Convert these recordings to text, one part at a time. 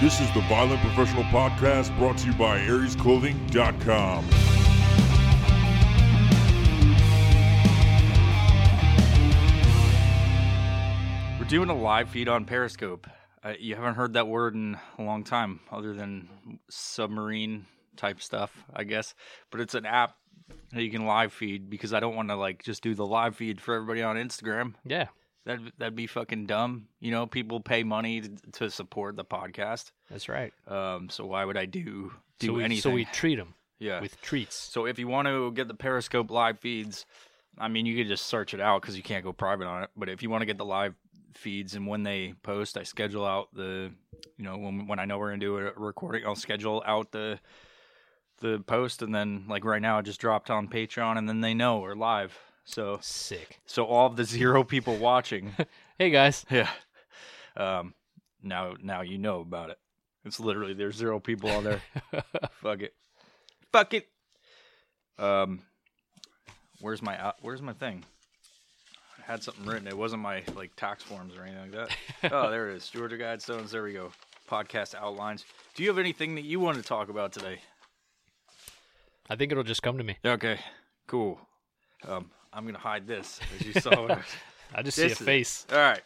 This is the Violent Professional Podcast brought to you by AriesClothing.com. We're doing a live feed on Periscope. Uh, you haven't heard that word in a long time, other than submarine type stuff, I guess. But it's an app that you can live feed because I don't want to like just do the live feed for everybody on Instagram. Yeah. That that'd be fucking dumb. You know, people pay money to, to support the podcast. That's right. Um, so why would I do do so we, anything? So we treat them yeah. with treats. So if you want to get the Periscope live feeds, I mean, you could just search it out because you can't go private on it. But if you want to get the live feeds and when they post, I schedule out the, you know, when when I know we're gonna do a recording, I'll schedule out the the post, and then like right now, I just dropped on Patreon, and then they know we're live. So Sick. so all of the zero people watching, Hey guys. yeah, um, now now you know about it. It's literally there's zero people on there. Fuck it. Fuck it. Um, where's my out- where's my thing? I had something written. It wasn't my like tax forms or anything like that. oh, there it is. Georgia Guidestones. There we go. Podcast outlines. Do you have anything that you want to talk about today? I think it'll just come to me. Okay. Cool. Um, I'm gonna hide this as you saw. when I was- I just This see is- a face. All right.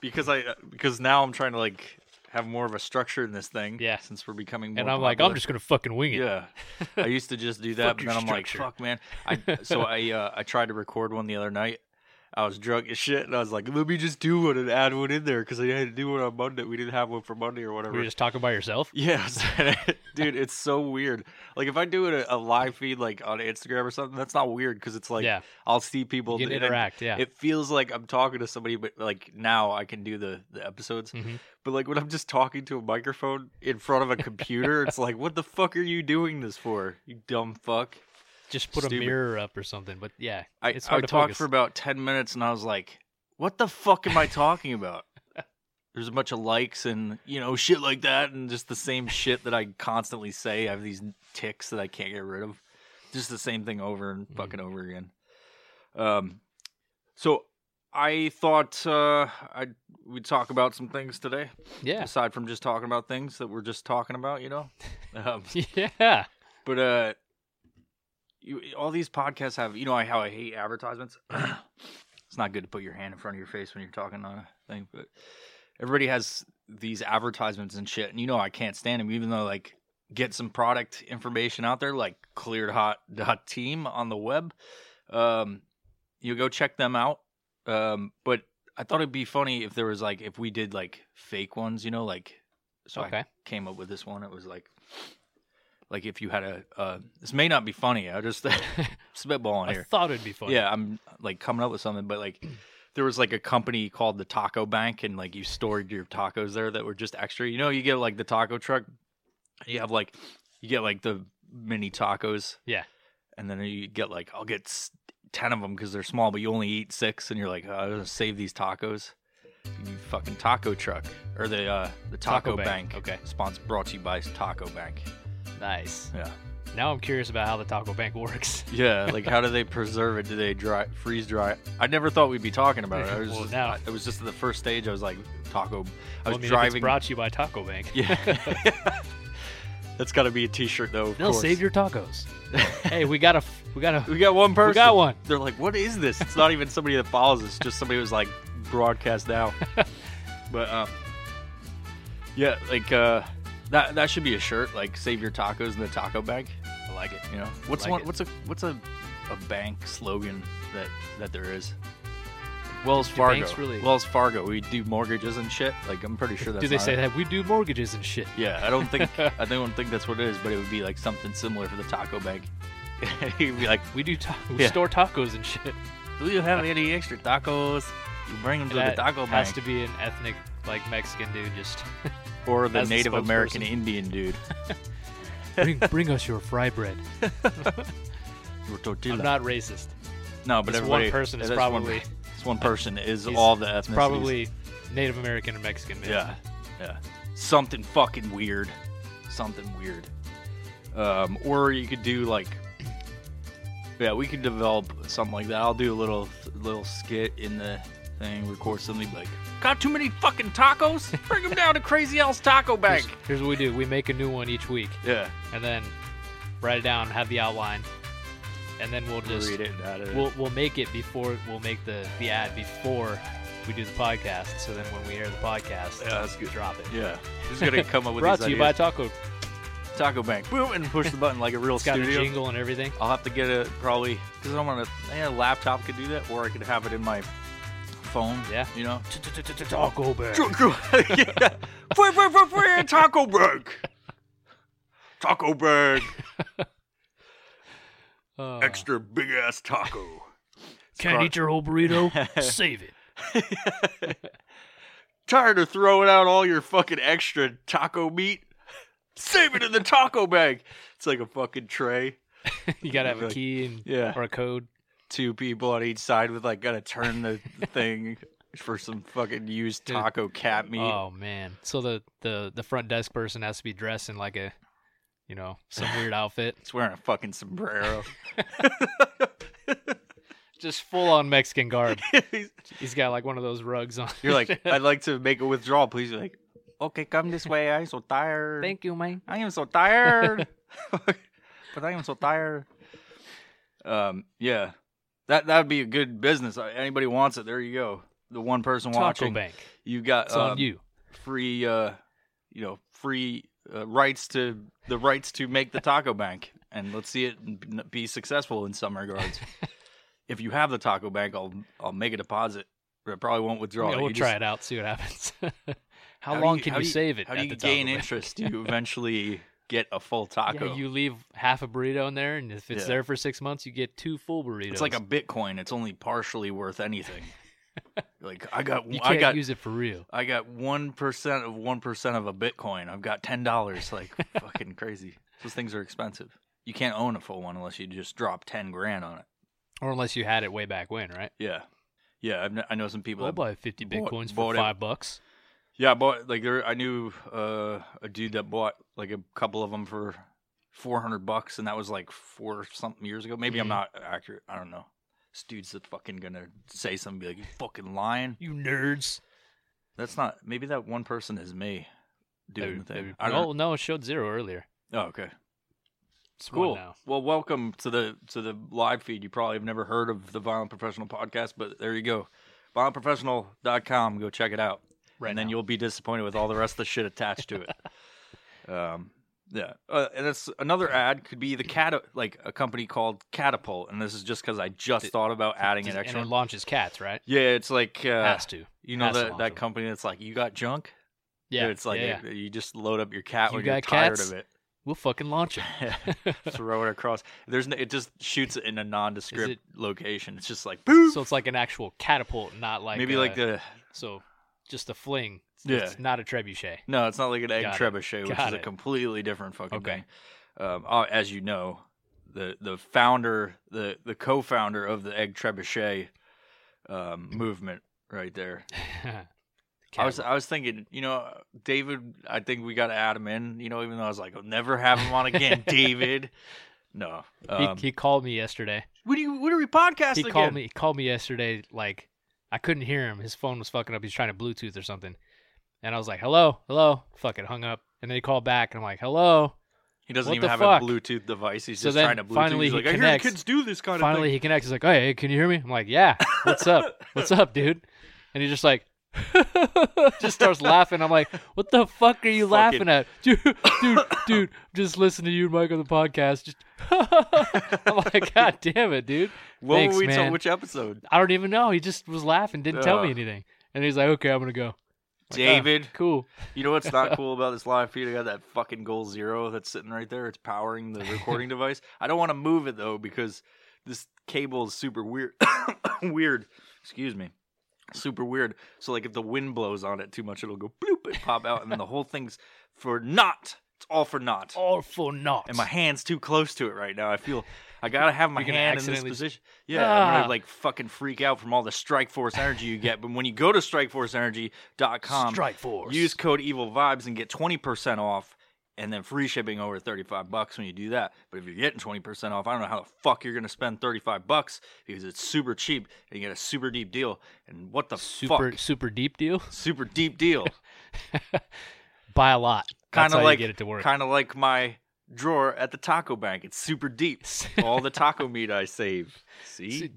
Because I because now I'm trying to like have more of a structure in this thing. Yeah. Since we're becoming more And I'm like, popular. I'm just gonna fucking wing it. Yeah, I used to just do that, Fuck but your then I'm like, structure. fuck, man. I so I uh, I tried to record one the other night. I was drunk as shit, and I was like, let me just do one and add one in there because I had to do one on Monday. We didn't have one for Monday or Were whatever. you just talking by yourself? Yeah, dude, it's so weird. Like if I do it a, a live feed like on Instagram or something, that's not weird because it's like Yeah. I'll see people You can and it- interact, yeah. it feels like I'm talking to somebody, but like now I can do the the episodes. Mhm. But like when I'm just talking to a microphone in front of a computer, it's like, what the fuck are you doing this for? You dumb fuck. Just put Stupid. a mirror up or something. But yeah, I, it's hard I to talked focus. for about 10 minutes and I was like, what the fuck am I talking about? There's a bunch of likes and, you know, shit like that and just the same shit that I constantly say. I have these ticks that I can't get rid of. Just the same thing over and Mm-hmm. fucking over again. Um, so I thought uh, I'd, we'd talk about some things today, yeah, aside from just talking about things that we're just talking about, you know? Um, yeah. but uh, you, all these podcasts have you know I- how I hate advertisements. it's not good to put your hand in front of your face when you're talking on a thing, but everybody has these advertisements and shit, and you know I can't stand them. Even though like get some product information out there, like clearedhot.team on the web. Um, you go check them out. Um, but I thought it'd be funny if there was like if we did like fake ones, you know, like so I Okay. came up with this one. It was like like if you had a uh, this may not be funny. I just spitballing I here. thought it'd be funny. Yeah, I'm like coming up with something, but like there was like a company called the Taco Bank, and like you stored your tacos there that were just extra. You know, you get like the taco truck. You have like you get like the mini tacos. Yeah. and then you get like I'll get s- ten of them because they're small, but you only eat six, and you're like oh, I'm gonna save these tacos. You fucking taco truck or the uh, the taco, Taco bank. Bank, okay. sponsored brought to you by Taco Bank. Nice. Yeah. Now I'm curious about how the taco bank works. Yeah, like how do they preserve it? Do they dry freeze dry? it? I never thought we'd be talking about it. I was Well, just, now- I- it was just the first stage. I was like taco. I Well, was I mean, if it's driving. brought to you by Taco Bank. yeah. That's got to be a T-shirt though. Of They'll course. save your tacos. hey, we got a, f- we got a, We got one person. got one. They're like, what is this? It's not even somebody that follows us. Just somebody who's like broadcast now. but um, yeah, like uh, that that should be a shirt. Like save your tacos in the taco bank. I like it. You know what's like one? it. What's a what's a a bank slogan that that there is. Wells Do Fargo. banks really- Wells Fargo. We do mortgages and shit. Like I'm pretty sure that's. do they not say it. that we do mortgages and shit? Yeah, I don't think I don't think that's what it is, but it would be like something similar for the taco bank. You'd be like, We do ta- we Yeah. store tacos and shit. Do you have any extra tacos? You bring them to the That taco has bank. to be an ethnic, like Mexican dude. Just or the as the Native American spokesperson. Indian dude. bring, bring us your fry bread. Or I'm tortilla. not racist. no, but this everybody. one person is this one- probably- this one person is He's- all the it's ethnicities. Probably Native American and Mexican. Man. Yeah, yeah. Something fucking weird. Something weird. Um, or you could do like, yeah, we could develop something like that. I'll do a little little skit in the thing, record something, be like, got too many fucking tacos? Bring them down to Crazy Al's Taco Bank. Here's, here's what we do: we make a new one each week, Yeah. and then write it down, have the outline, and then we'll just Read it out of it. we'll we'll make it before we'll make the the ad before we do the podcast. So then when we air the podcast, Yeah, that's we good. drop it. yeah. Just gonna come up with Brought these to you by ideas. Taco. Taco Bank. Boom, and push the button like a real It's got a studio. jingle and everything. I'll have to get a probably because I'm on a, yeah, a laptop could do that, or I could have it in my phone. Yeah. you know. Taco Bell. Yeah. Fwah, fwah, fwah, fwah, Taco Bag. Taco Bag. Uh, Extra big ass taco. Can't eat your whole burrito. Save it. Tired of throwing out all your fucking extra taco meat. Save it in the taco bag. It's like a fucking tray. You gotta have a Like, key and yeah. or a code. Two people on each side with like gotta turn the thing for some fucking used taco cat meat. Oh man! So the the the front desk person has to be dressed in like a, you know, some weird outfit, It's wearing a fucking sombrero. just full on Mexican garb. He's- He's got like one of those rugs on. You're like, I'd like to make a withdrawal, please. You're like, okay, come this way. I'm so tired. thank you, man. I am so tired. but I am so tired. Um, yeah, that that would be a good business. Uh, Anybody wants it, there you go. The one person Taco watching, Bank. you got It's um, on you. free, uh, you know, free uh, rights to the rights to make the taco bank, and let's see it n- be successful in some regards. if you have the taco bank, I'll I'll make a deposit. but I probably won't withdraw. Yeah, it. we'll You try just- it out, see what happens. how, do long you- can how you, do you- save it? How do at you the Taco gain Bank? interest? Do you eventually get a full taco? Yeah, you leave half a burrito in there, and if it's Yeah. there for six months, you get two full burritos. It's like a Bitcoin. It's only partially worth anything. like I got, you can't I got, use it for real. I got one percent of one percent of a Bitcoin. I've got ten dollars. Like fucking crazy. Those things are expensive. You can't own a full one unless you just drop ten grand on it. Or unless you had it way back when, right? Yeah, yeah. I've kn- I know some people. I'll that- buy 50 bought- bitcoins for bought it. five bucks. yeah, I bought like there. I knew uh, a dude that bought like a couple of them for four hundred bucks, and that was like four something years ago. Maybe I'm Mhm. not accurate. I don't know. This dude's fucking gonna say something, be like, "You fucking lying." You nerds. That's not. Maybe that one person is me doing the Maybe- thing. maybe- I no, don't. no, it showed zero earlier. Oh, okay. It's one Cool. now. Well, welcome to the to the live feed. You probably have never heard of the Violent Professional podcast, but there you go. Violentprofessional.com. Go check it out. Right and then you'll be disappointed with all the rest of the shit attached to it. Um, yeah, uh, and it's another ad could be the cat like a company called Catapult, and this is just because I just thought about adding an Just- extra. and it launches cats, right? yeah, it's like uh, Has to. you know has to that launch that them. company that's like you got junk. Yeah. Dude, it's like yeah, yeah. you just load up your cat You when you're got tired cats? of it. we'll fucking launch them. Throw it across. There's no, it just shoots it in a nondescript it- location. It's just like boop. so it's like an actual catapult, not like Maybe like a- the so just a fling. It's- Yeah. It's not a trebuchet. no, it's not like an egg Got it. trebuchet, which Got is a it. completely different fucking Okay. thing. Um, uh, as you know, the the founder, the the co-founder of the egg trebuchet um, movement, right there. I was Cat- I was thinking, you know, David. I think we got to add him in. You know, even though I was like, I'll never have him on again, David. No, um, he, he called me yesterday. What do you? What are we podcasting? He called me. He called me yesterday. Like I couldn't hear him. His phone was fucking up. He's trying to Bluetooth or something. And I was like, "Hello, hello." Fuck it, hung up. And then he called back, and I'm like, "Hello." He doesn't What even the have fuck? a Bluetooth device. He's So just then trying to Bluetooth. finally He's he like, I hear connects. kids do this kind Finally, he connects. He's like, "Hey, can you hear me?" I'm like, "Yeah." What's up? What's up, dude? And he's just like, just starts laughing. I'm like, "What the fuck are you Fucking- laughing at, dude? Dude, dude, just listen to you and Mike on the podcast." Just, I'm like, "God damn it, dude!" of thing. What Thanks, were we man. Which episode? I don't even know. He just was laughing, didn't tell me Ugh. anything. And he's like, "Okay, I'm gonna go." Like, oh, David. cool. You know what's not cool about this live feed? I got that fucking goal zero that's sitting right there. It's powering the recording device. I don't want to move it though because this cable is super weird. weird. Excuse me. Super weird. So like if the wind blows on it too much, it'll go bloop and pop out, and then the whole thing's for naught. It's all for naught. All for naught. and my hand's too close to it right now. I feel I gotta have my You're gonna hand in this accidentally just- position. Yeah, I'm gonna Ah. like fucking freak out from all the Strike Force energy you get. But when you go to strikeforceenergy.com, Strike force. use code Evil Vibes and get twenty percent off. and then free shipping over 35 bucks when you do that. But if you're getting 20% off, I don't know how the fuck you're going to spend 35 bucks because it's super cheap and you get a super deep deal. And what the Super fuck? super deep deal. Super deep deal. Buy a lot. kind That's how of you like get it to work. Kind of like my drawer at the taco bank. It's super deep. All the taco meat I save. See? See,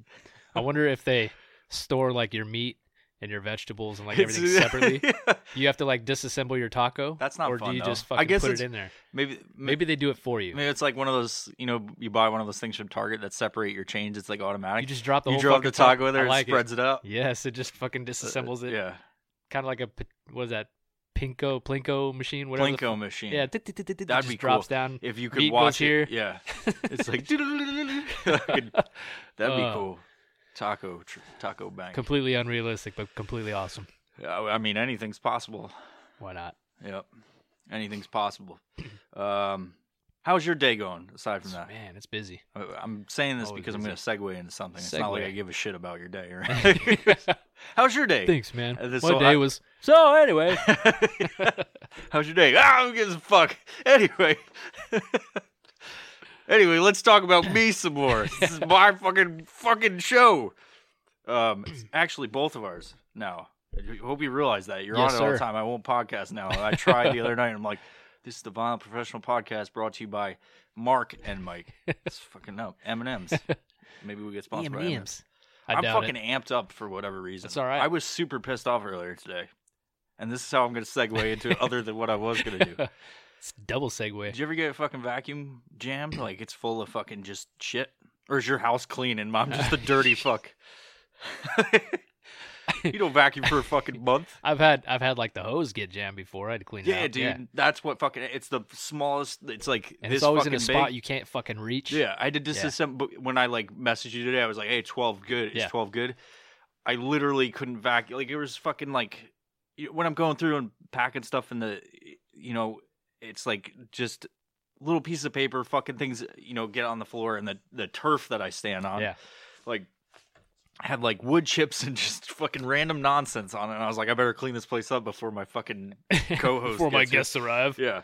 I wonder if they store like your meat and your vegetables and like It's- everything separately. You have to like disassemble your taco. That's not Or fun, do you though. just I fucking guess put it it's- in there? maybe maybe Maybe they do it for you. maybe it's like one of those, you know, you buy one of those things from Target that separate your change. It's like automatic. You just drop the you whole drop fucking the taco in I there like and spreads it, out. It. Yes, it just fucking disassembles it. Yeah. Kind of like a p- what is that? Pinko Plinko machine, whatever. the Plinko machine. F- yeah, t- t- t- t- t- That'd just be cool. drops down. If you could Meat goes watch it, here. yeah, it's like that'd be Uh. cool. Taco, tr- taco bank. completely unrealistic, but completely awesome. I I mean, anything's possible. Why not? Yep, anything's possible. Um, how's your day going? Aside from that, Man, it's busy. I- I'm saying this Always because I'm going to segue into something. It's not like I Segue. give a shit about your day. Right? how's your day? Thanks, man. Uh, this- My so day I- was so anyway. How's your day? Ah, who gives a fuck? Anyway. anyway, let's talk about me some more. This is my fucking fucking show. Um, it's actually both of ours now. I hope you realize that. You're Yes, on it all sir. the time. I won't podcast now. I tried the other night. I'm like, this is the Violent Professional Podcast brought to you by Mark and Mike. It's fucking up. M&M's. Maybe we get sponsored E by M&M's. I am doubt fucking it. amped up for whatever reason. That's all right. I was super pissed off earlier today, and this is how I'm going to segue into it other than what I was going to do. It's double segue. Did you ever get a fucking vacuum jammed? Like it's full of fucking just shit, or is your house clean and mom just a dirty fuck? you don't vacuum for a fucking month. I've had I've had like the hose get jammed before. I had to clean it Yeah, out. dude, that's what fucking. It's the smallest. It's like And this it's always fucking in a spot big. you can't fucking reach. Yeah, I did disassemble but when I like messaged you today. I was like, "Hey, twelve good. It's Yeah. twelve good." I literally couldn't vacuum. Like it was fucking like you- when I'm going through and packing stuff in the, you know, it's like just little pieces of paper, fucking things, you know, get on the floor and the the turf that I stand on. Yeah. like had like wood chips and just fucking random nonsense on it. And I was like, I better clean this place up before my fucking co-host Before my gets here. guests arrive. Yeah.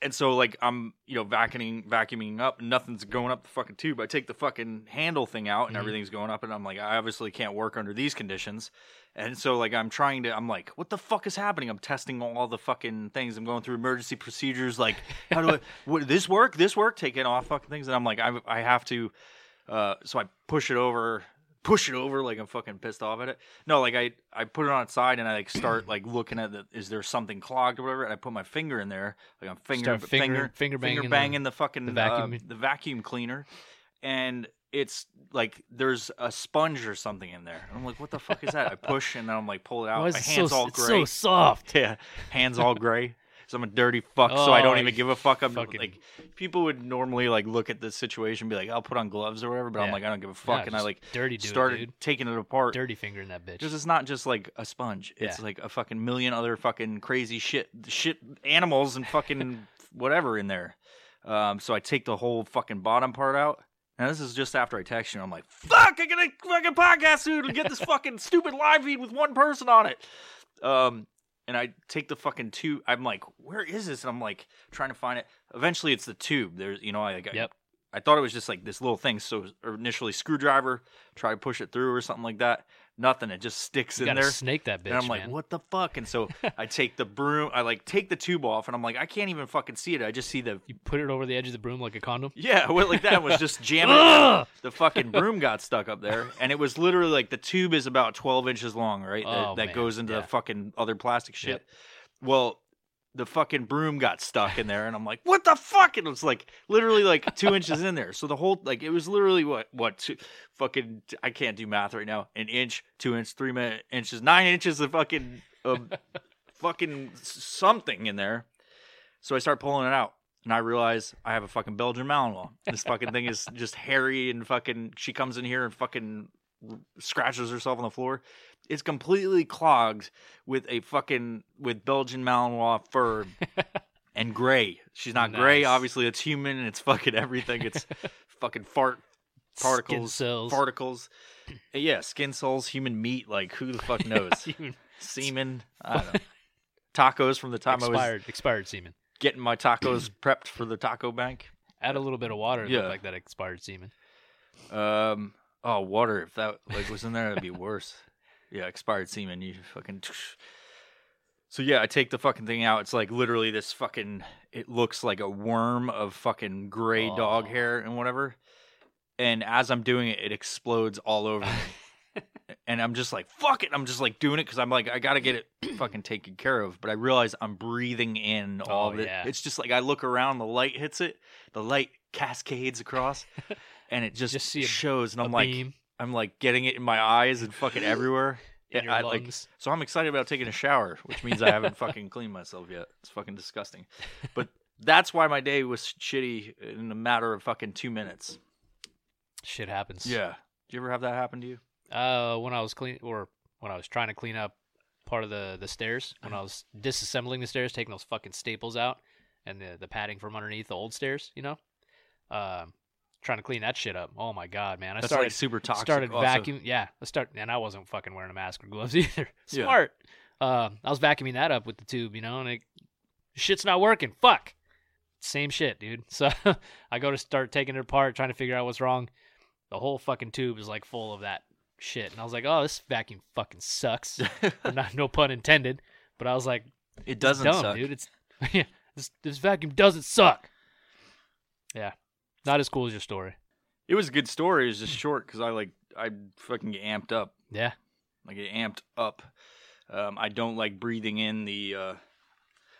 And so like I'm, you know, vacuuming vacuuming up, nothing's going up the fucking tube. I take the fucking handle thing out and Mhm. everything's going up and I'm like, I obviously can't work under these conditions. And so like I'm trying to I'm like, what the fuck is happening? I'm testing all the fucking things. I'm going through emergency procedures like how do I would this work? This work? Taking off fucking things and I'm like I I have to uh so I push it over push it over like I'm fucking pissed off at it. No, like I I put it on its side and I like start like looking at the is there something clogged or whatever, and I put my finger in there like I'm finger Start finger- finger finger banging the- banging the fucking the the vacuum. vacuum the vacuum cleaner, and it's like there's a sponge or something in there. And I'm like, what the fuck is that? I push and then I'm like pull it out. Why is my it hands so, all it's so gray. soft? yeah, hands all gray. So I'm a dirty fuck. so I Oh, don't even give a fuck. I'm fucking- like people would normally like look at this situation, and be like, I'll put on gloves or whatever. But I'm Yeah. like, I don't give a fuck. Nah, and I just like dirty do it, started dude. taking it apart. Dirty finger in that bitch. Because it's not just like a sponge. It's Yeah. like a fucking million other fucking crazy shit, shit animals and fucking whatever in there. Um, so I take the whole fucking bottom part out. Now this is just after I text you. I'm like, fuck, I gotta fucking podcast soon and get this fucking stupid live feed with one person on it. Um, and I take the fucking tube. I'm like, where is this? And I'm like trying to find it. Eventually, it's the tube. There's, you know, I like, I- Yep. I thought it was just like this little thing. So or initially, screwdriver, try to push it through or something like that. Nothing. It just sticks you in gotta there. snake that bitch. and I'm like, man. what the fuck? And so I take the broom. I like take the tube off, and I'm like, I can't even fucking see it. I just see the You put it over the edge of the broom like a condom. yeah, I went like that and was just jamming. Ugh! the fucking broom got stuck up there, and it was literally like the tube is about twelve inches long, right? That, Oh, that man, goes into yeah. the fucking other plastic shit. Yep. Well, the fucking broom got stuck in there, and I'm like, "What the fuck?" And it was like literally like two inches in there. So the whole like it was literally what what two, fucking I can't do math right now. An inch, two inch, three minute inches, nine inches of fucking of fucking s- something in there. So I start pulling it out, and I realize I have a fucking Belgian Malinois. This fucking thing is just hairy and fucking. She comes in here and fucking scratches herself on the floor. It's completely clogged with a fucking with Belgian Malinois fur and gray. She's not gray, Nice. obviously. It's human and it's fucking everything. It's fucking fart Skin particles, cells. particles. Yeah, skin cells, human meat. Like who the fuck knows? Even Semen. I don't know. Tacos from the time I was expired, expired semen. getting my tacos prepped for the taco bank. Add a little bit of water. Yeah. Yeah. like that expired semen. Um, oh, water. If that like was in there, that'd be worse. Yeah, expired semen. You fucking. So yeah, I take the fucking thing out. It's like literally this fucking. It looks like a worm of fucking gray dog Oh. hair and whatever. And as I'm doing it, it explodes all over me. and I'm just like, fuck it. I'm just like doing it because I'm like, I gotta get it fucking taken care of. But I realize I'm breathing in all Oh, of it. yeah. It's just like I look around, the light hits it, the light cascades across, and it just, Just see a- shows. And A I'm like, beam I'm like getting it in my eyes and fucking everywhere. in Yeah, your I, like, lungs. so I'm excited about taking a shower, which means I haven't fucking cleaned myself yet. It's fucking disgusting. But that's why my day was shitty in a matter of fucking two minutes. Shit happens. Yeah. Do you ever have that happen to you? Uh, when I was clean or when I was trying to clean up part of the the stairs, Uh-huh. when I was disassembling the stairs, taking those fucking staples out and the the padding from underneath the old stairs, you know, um, trying to clean that shit up. Oh my god, man! I That's started like super toxic. started also. vacuum. Yeah, I start and I wasn't fucking wearing a mask or gloves either. Yeah. Smart. Um, I was vacuuming that up with the tube, you know, and it shit's not working. Fuck. Same shit, dude. So I go to start taking it apart, trying to figure out what's wrong. The whole fucking tube is like full of that shit, and I was like, oh, this vacuum fucking sucks. not no pun intended, but I was like, it doesn't dumb, suck. dude. It's yeah, this this vacuum doesn't suck. Yeah, not as cool as your story. It was a good story. It was just short because I like I fucking get amped up. Yeah. I get amped up. Um, I don't like breathing in the. Uh,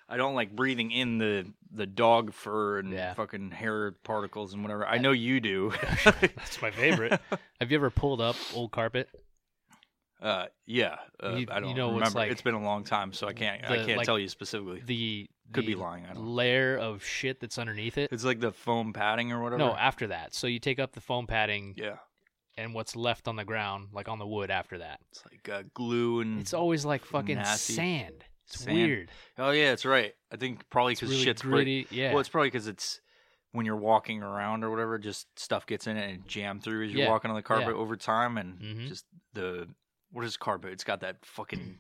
I don't like breathing in the the dog fur and Yeah. Uh, fucking hair particles and whatever. I know you do. That's my favorite. Have you ever pulled up old carpet? uh, yeah, uh, You- I don't you know what's remember. like- it's been a long time, so I can't. I The, can't like, tell you specifically. The Could be the lying. I don't. know. layer of shit that's underneath it. It's like the foam padding or whatever. No, after that. So you take up the foam padding yeah, and what's left on the ground, like on the wood after that. it's like uh, glue and. It's always like fucking Nasty. sand. It's Sand. weird. oh yeah, it's right. I think probably It's because really shit's break- gritty. Yeah. Well, it's probably because it's when you're walking around or whatever, just stuff gets in it and jam through as you're Yeah, walking on the carpet yeah. over time, and Mhm. just the what is carpet? It's got that fucking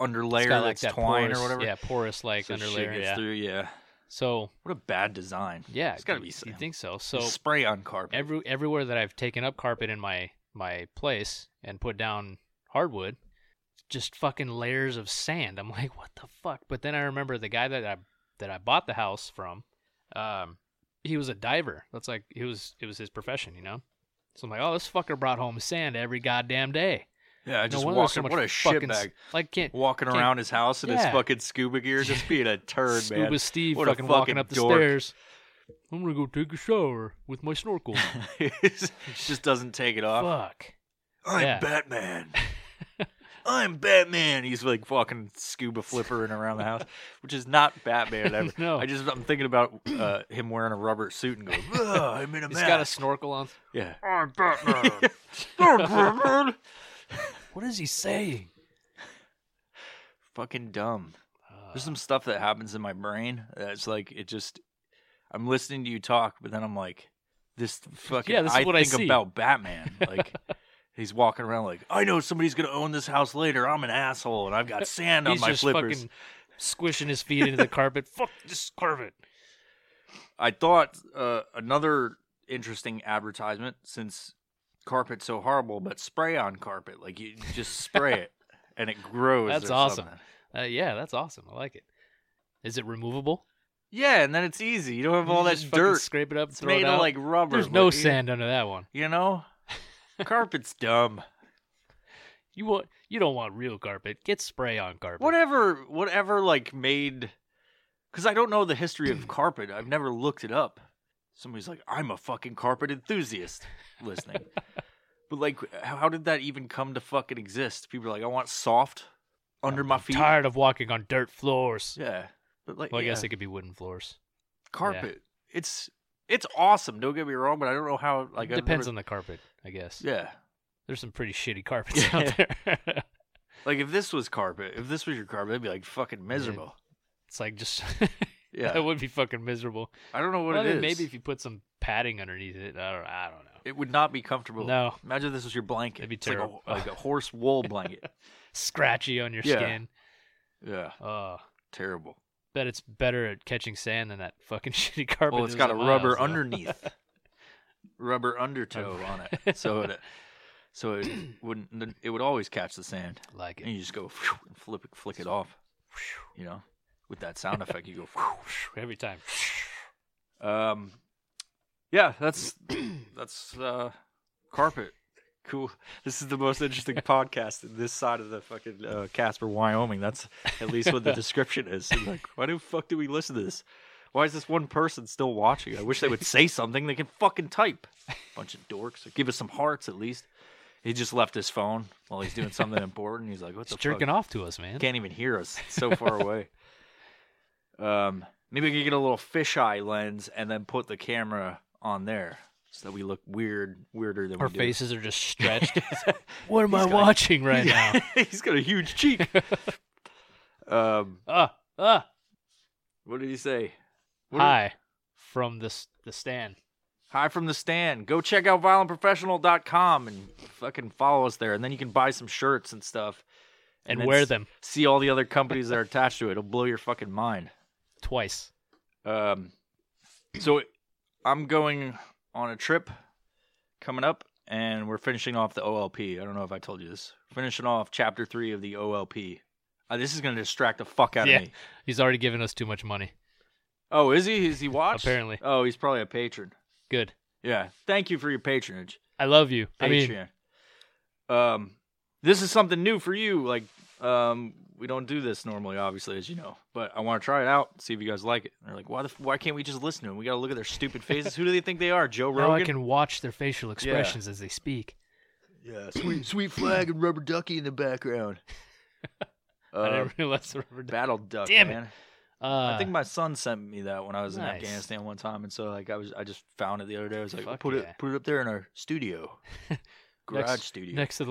underlayer It's got, that's that twine porous, or whatever. Yeah, porous like So shit underlayer. gets Yeah. through. Yeah. So What a bad design. yeah, It's gotta you- be You sand. think so? So So spray on carpet. every everywhere that I've taken up carpet in my my place and put down hardwood, just fucking layers of sand. I'm like, what the fuck? But then I remember the guy that I that I bought the house from, um, he was a diver. That's like he was it was his profession, you know. So I'm like, oh, this fucker brought home sand every goddamn day. yeah, just wonder there's walking. much what a shit fucking s- bag. Like can't Walking can't- around his house in his Yeah. fucking scuba gear, just being a turd, Scuba man. Steve What a fucking walking fucking up the dork. stairs. I'm gonna go take a shower with my snorkel. just doesn't take it off. Fuck. I'm Yeah. Batman. I'm Batman. He's like fucking scuba flippering around the house, which is not Batman ever. No. I just I'm thinking about uh, him wearing a rubber suit and going, "Ugh, I'm in a He's got a mask. snorkel on. yeah. Oh, I'm Batman. What is he saying? Fucking dumb. Uh, There's some stuff that happens in my brain that's like it just I'm listening to you talk, but then I'm like, this fucking Yeah, this is I what I think see. about Batman. Like he's walking around like, I know somebody's gonna own this house later. I'm an asshole and I've got sand on He's my just flippers. fucking squishing his feet into the carpet. Fuck this carpet. I thought uh, another interesting advertisement since carpet's so horrible, but spray on carpet. Like you just spray it and it grows. That's or awesome. something. Uh, yeah, that's awesome. I like it. Is it removable? Yeah, and then it's easy. You don't have You all just that fucking dirt. Scrape it up. It's throw it made out. of like rubber. There's but no you- sand under that one. You know? Carpet's dumb. You want? You don't want real carpet. Get spray on carpet. Whatever whatever like made cuz I don't know the history of carpet. I've never looked it up. Somebody's like, "I'm a fucking carpet enthusiast." Listening. but like how did that even come to fucking exist? People are like, "I want soft under my feet." Tired of walking on dirt floors. Yeah. But like Well, I yeah, guess it could be wooden floors. carpet. It's it's awesome, don't get me wrong, but I don't know how like It I've depends on never- the carpet, I guess. Yeah. There's some pretty shitty carpets out there. Like if this was carpet, if this was your carpet, it'd be like fucking miserable. it's like just Yeah. it would be fucking miserable. I don't know what Well, it I is. mean, Maybe if you put some padding underneath it. I don't, I don't know. it would not be comfortable. No. Imagine this was your blanket. That'd be It's like a- terrible. like, a, horse wool blanket. Scratchy on your Yeah. skin. yeah. Oh, Terrible. bet it's better at catching sand than that fucking shitty carpet. Well, it's that got was a at my rubber house, though. underneath, rubber undertow on it, so it so it wouldn't it would always catch the sand, like and it. you just go phew, and flip it, flick it off, you know, with that sound effect. You go. phew. Every time. Um, yeah, that's that's uh, carpet. Cool. This is the most interesting podcast in this side of the fucking uh, Casper, Wyoming. That's at least what the description is. And, like, why the fuck do we listen to this? Why is this one person still watching? I wish they would say something. They can fucking type. Bunch of dorks. Give us some hearts at least. He just left his phone while he's doing something important. He's like, "What It's the jerking fuck? off to us, man. Can't even hear us. It's so far away. Um, maybe we could get a little fisheye lens and then put the camera on there so that we look weird, weirder than Our we do. faces are just stretched. what am I got- watching right now? He's got a huge cheek. um, Ah, ah. what did he say? What did- Hi, from the s- the stand. Hi from the stand. Go check out violentprofessional.com and fucking follow us there. And then you can buy some shirts and stuff. And, then wear s- them See all the other companies that are attached to it. It'll blow your fucking mind. twice. Um, so I'm going on a trip coming up, and we're finishing off the OLP. I don't know if I told you this. Finishing off chapter three of the OLP. Uh, this is going to distract the fuck out Yeah. of me. He's already given us too much money. Oh, is he? Is he watched? Apparently. Oh, he's probably a patron. Good. Yeah. Thank you for your patronage. I love you. I mean, Patreon. um, this is something new for you. Like, um, we don't do this normally, obviously, as you know. But I want to try it out, see if you guys like it. And they're like, why? The f- why can't we just listen to them? We got to look at their stupid faces. Who do they think they are? Joe now Rogan. I can watch their facial expressions as they speak. Yeah, sweet, sweet flag and rubber ducky in the background. I Uh, didn't realize the rubber. battle duck, Damn it. man. Uh, I think my son sent me that when I was in Nice. Afghanistan one time, and so like I was, I just found it the other day. I was like, Fuck put yeah. it, put it up there in our studio, garage Next- studio. next to the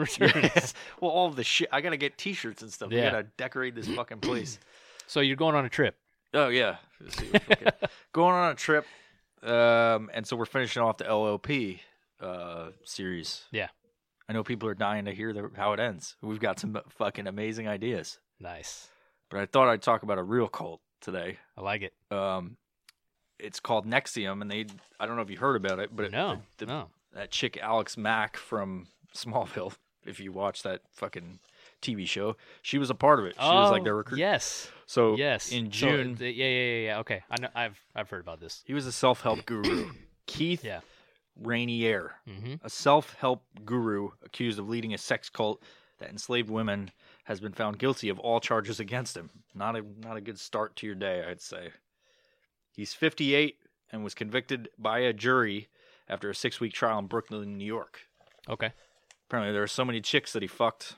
Returns. Yeah. well, all of the shit. I gotta get T-shirts and stuff. Yeah. I gotta decorate this fucking place. So you're going on a trip. oh yeah, Let's see what- okay. going on a trip, um, and so we're finishing off the LLP uh, series. Yeah. I know people are dying to hear the, how it ends. We've got some fucking amazing ideas, Nice. but I thought I'd talk about a real cult today. I like it. Um, it's called Nexium, and they—I don't know if you heard about it, but it- no, the- the- no. that chick Alex Mack from Smallville. If you watch that fucking TV show, she was a part of it. She was like Oh, their recruit. Yes. So Yes. in So, June, th- yeah, yeah, yeah, yeah. Okay. I know, I've I've heard about this. he was a self-help guru, Keith Yeah. Rainier, Mm-hmm. a self-help guru accused of leading a sex cult that enslaved women, has been found guilty of all charges against him. Not a not a good start to your day, I'd say. He's 58 and was convicted by a jury after a six-week trial in Brooklyn, New York. Okay. Apparently, there were so many chicks that he fucked.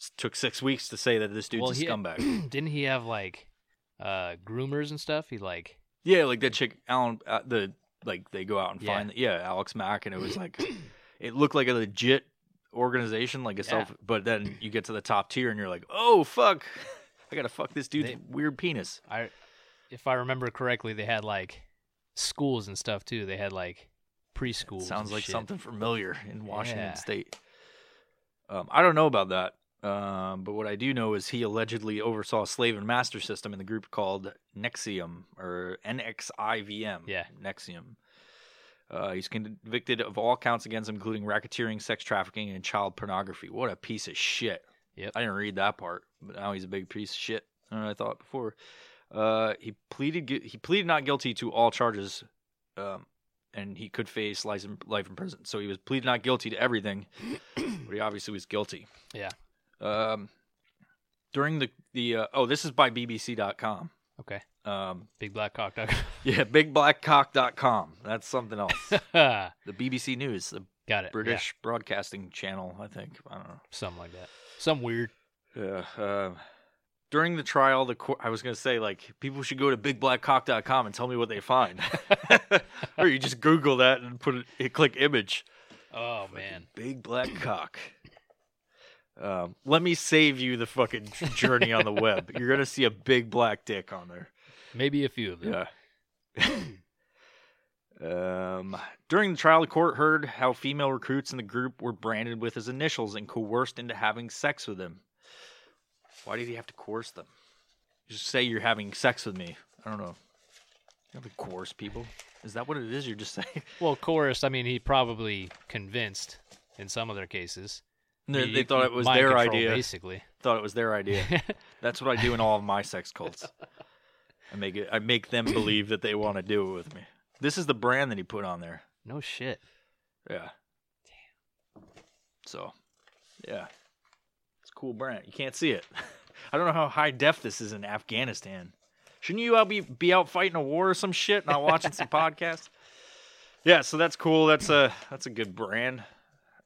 S- took six weeks to say that this dude's Well, a he- scumbag. Didn't he have like uh groomers and stuff? He like yeah, like that chick, Alan. Uh, the like they go out and Yeah. find yeah Alex Mack, and it was like it looked like a legit organization, like a Yeah. self. But then you get to the top tier, and you're like, oh fuck, I gotta fuck this dude's They- weird penis. I if I remember correctly, they had like schools and stuff too. They had like preschool. Sounds like something familiar in Washington Yeah. State. Um, I don't know about that. Um, but what I do know is he allegedly oversaw a slave and master system in the group called Nexium or NXIVM. Yeah. Nexium. Uh, he's convicted of all counts against him, including racketeering, sex trafficking, and child pornography. What a piece of shit. Yep. I didn't read that part, but now he's a big piece of shit. I don't know, I thought before. Uh, he pleaded gu- he pleaded not guilty to all charges, um, and he could face life in, life in prison. So he was pleaded not guilty to everything, but he obviously was guilty. Yeah. Um, during the the uh, oh, this is by BBC.com. Okay. Um, Big black cock dog. yeah, BigBlackCock.com. That's something else. Got the BBC News, the it. Yeah, British Broadcasting Channel, I think. I don't know. something like that. Some weird. Yeah. Uh, during the trial, the court, I was going to say, like, people should go to bigblackcock.com and tell me what they find. or you just Google that and put it, hit- click image. Oh man. Big black cock. Um, let me save you the fucking journey on the web. You're going to see a big black dick on there. Maybe a few of them. Yeah. um, during the trial, the court heard how female recruits in the group were branded with his initials and coerced into having sex with him. Why did he have to coerce them? Just say you're having sex with me. I don't know. You have to coerce people. Is that what it is? You're just saying Well, chorus. I mean, he probably convinced in some other cases. they, You- they thought it was mind their control, idea. basically. Thought it was their idea. That's what I do in all of my sex cults. I make it. I make them believe that they want to do it with me. This is the brand that he put on there. No shit. Yeah. Damn. So, yeah, it's a cool brand. You can't see it. I don't know how high def this is in Afghanistan. Shouldn't you out be be out fighting a war or some shit, not watching some podcasts? Yeah, so that's cool. That's a that's a good brand.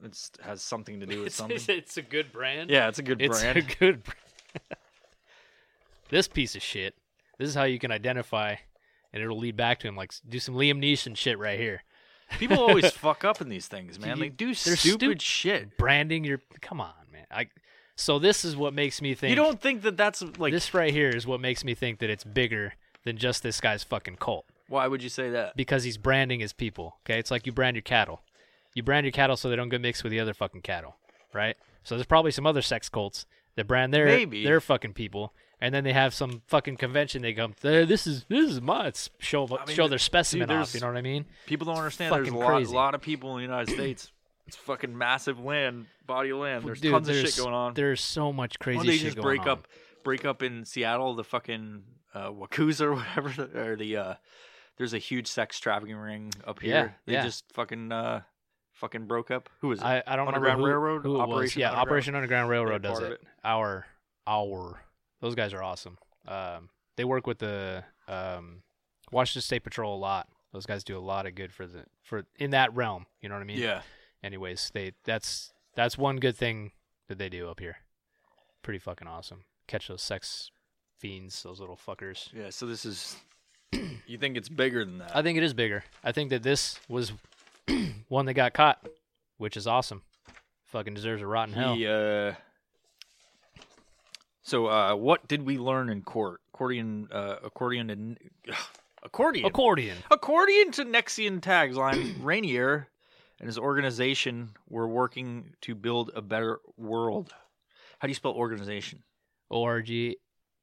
It has something to do with It's, something. it's a good brand. Yeah, it's a good it's brand. a good. Brand. this piece of shit. This is how you can identify, and it'll lead back to him. Like s- do some Liam Neeson shit right here. People always fuck up in these things, man. You- They do they're stupid, stupid. shit. Branding your. Come on, man. I. So this is what makes me think. You don't think that that's like? this right here is what makes me think that it's bigger than just this guy's fucking cult why would you say that? because he's branding his people. Okay, it's like you brand your cattle. You brand your cattle so they don't get mixed with the other fucking cattle, right? So there's probably some other sex cults that brand their Maybe. their fucking people, and then they have some fucking convention. They go, "Eh, this is this is my it's show I mean, show dude, their specimen off. there's- You know what I mean? People don't understand. fucking There's a lot, crazy. lot of people in the United States. It's fucking massive land, body of land. There's Dude, tons of there's- shit going on. There's so much crazy One day you shit just going break on. up, break up in Seattle. The fucking uh, Wakuza or whatever, the- or the uh, there's a huge sex trafficking ring up here. Yeah, they yeah. just fucking uh, fucking broke up. Who was it? I, I don't remember Underground who, Railroad? who it was. Operation Yeah, Underground- Operation Underground Railroad they're does part it. of Our our those guys are awesome. Um, they work with the um, Washington State Patrol a lot. Those guys do a lot of good for the for in that realm. You know what I mean? yeah, Anyways, they that's that's one good thing that they do up here. Pretty fucking awesome. Catch those sex fiends, those little fuckers. yeah. So this is. you think it's bigger than that? I think it is bigger. I think that this was one that got caught, which is awesome. Fucking deserves a rotten hell. He, uh, so, uh, what did we learn in court? Accordion, uh, accordion, and accordion, Accordion. accordion to Nexian tagline. Rainier and his organization were working to build a better world. How do you spell organization? O R G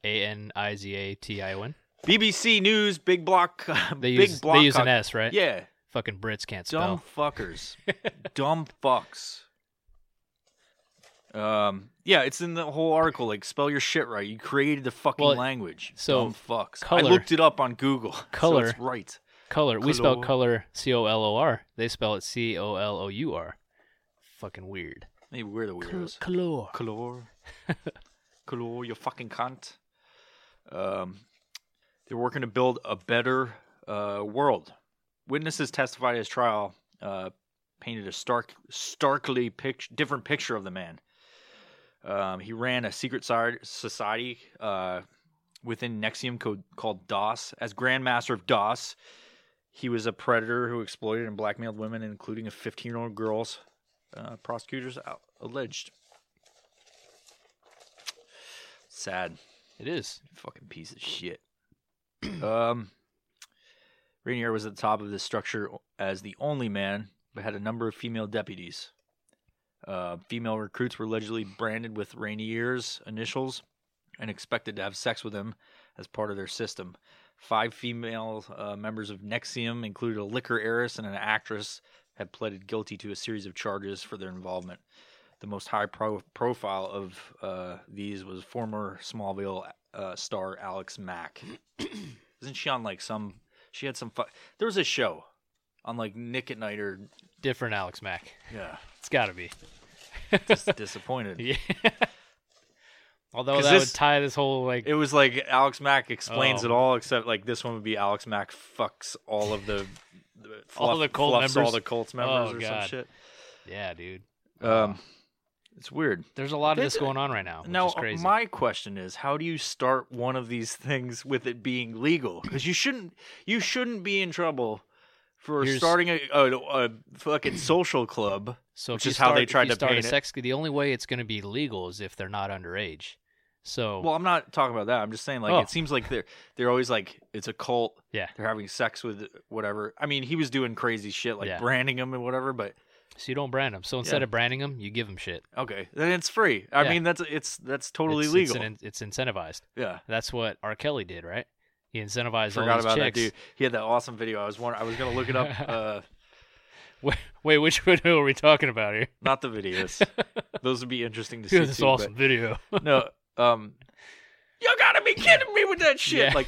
A N I Z A T I O N. BBC News, big block, They big use block. they use an on- S, right? Yeah, Fucking Brits can't dumb spell. fuckers, dumb fucks. Um, yeah, it's in the whole article. Like, spell your shit right. You created the fucking Well, language. so, dumb fucks. I color- looked it up on Google. so color- it's right. Color. We spell Color. color C O L O R. They spell it C O L O U R. Fucking weird. Maybe we're the weirdos. Color. Color, color, you fucking cunt. Um, they're working to build a better uh, world. Witnesses testified at his trial uh, painted a stark, starkly pic- different picture of the man. Um, he ran a secret si- society uh, within Nexium co- called DOS. As Grandmaster of DOS, he was a predator who exploited and blackmailed women, including a 15 year old girls. Uh, prosecutors out- alleged. Sad. It is. Fucking piece of shit. um, Rainier was at the top of this structure as the only man, but had a number of female deputies. Uh, female recruits were allegedly branded with Rainier's initials and expected to have sex with him as part of their system. Five female uh, members of Nexium, included a liquor heiress and an actress, had pleaded guilty to a series of charges for their involvement. The most high pro- profile of uh, these was former Smallville uh, star Alex Mack. Isn't she on like some? She had some. Fu- there was a show on like Nick at Night or Different Alex Mack. yeah. It's gotta be. Just disappointed. Yeah. Although 'Cause that this- would tie this whole like It was like Alex Mack explains Oh. it all, except like this one would be Alex Mack fucks all of the, the All the cult fluffs all members? the Colts members Oh, or God. some shit. Yeah, dude. Um, it's weird. There's a lot of They this do- going on right now, which Now, is crazy. my question is, how do you start one of these things with it being legal? Because you shouldn't, you shouldn't be in trouble for Here's- starting a, a, a fucking social club. So which if you is how they start- if tried you to start a paint it. sex. The only way it's going to be legal is if they're not underage. So Well, I'm not talking about that. I'm just saying, like, Oh. it seems like they're they're always like it's a cult. yeah, They're having sex with whatever. I mean, he was doing crazy shit like Yeah. branding them and whatever, but So you don't brand them. So instead Yeah. of branding them, you give them shit. Okay, then it's free. I Yeah. mean, that's it's that's totally it's, legal. It's, an, it's incentivized. yeah, That's what R. Kelly did, right? He incentivized all forgot these about that chicks. dude. He had that awesome video. I was wondering, I was gonna look it up. Uh, Wait, wait, which video are we talking about here? not the videos; those would be interesting to see. Dude, this too, but- awesome video. no, um, you gotta be kidding me with that shit. Yeah. Like,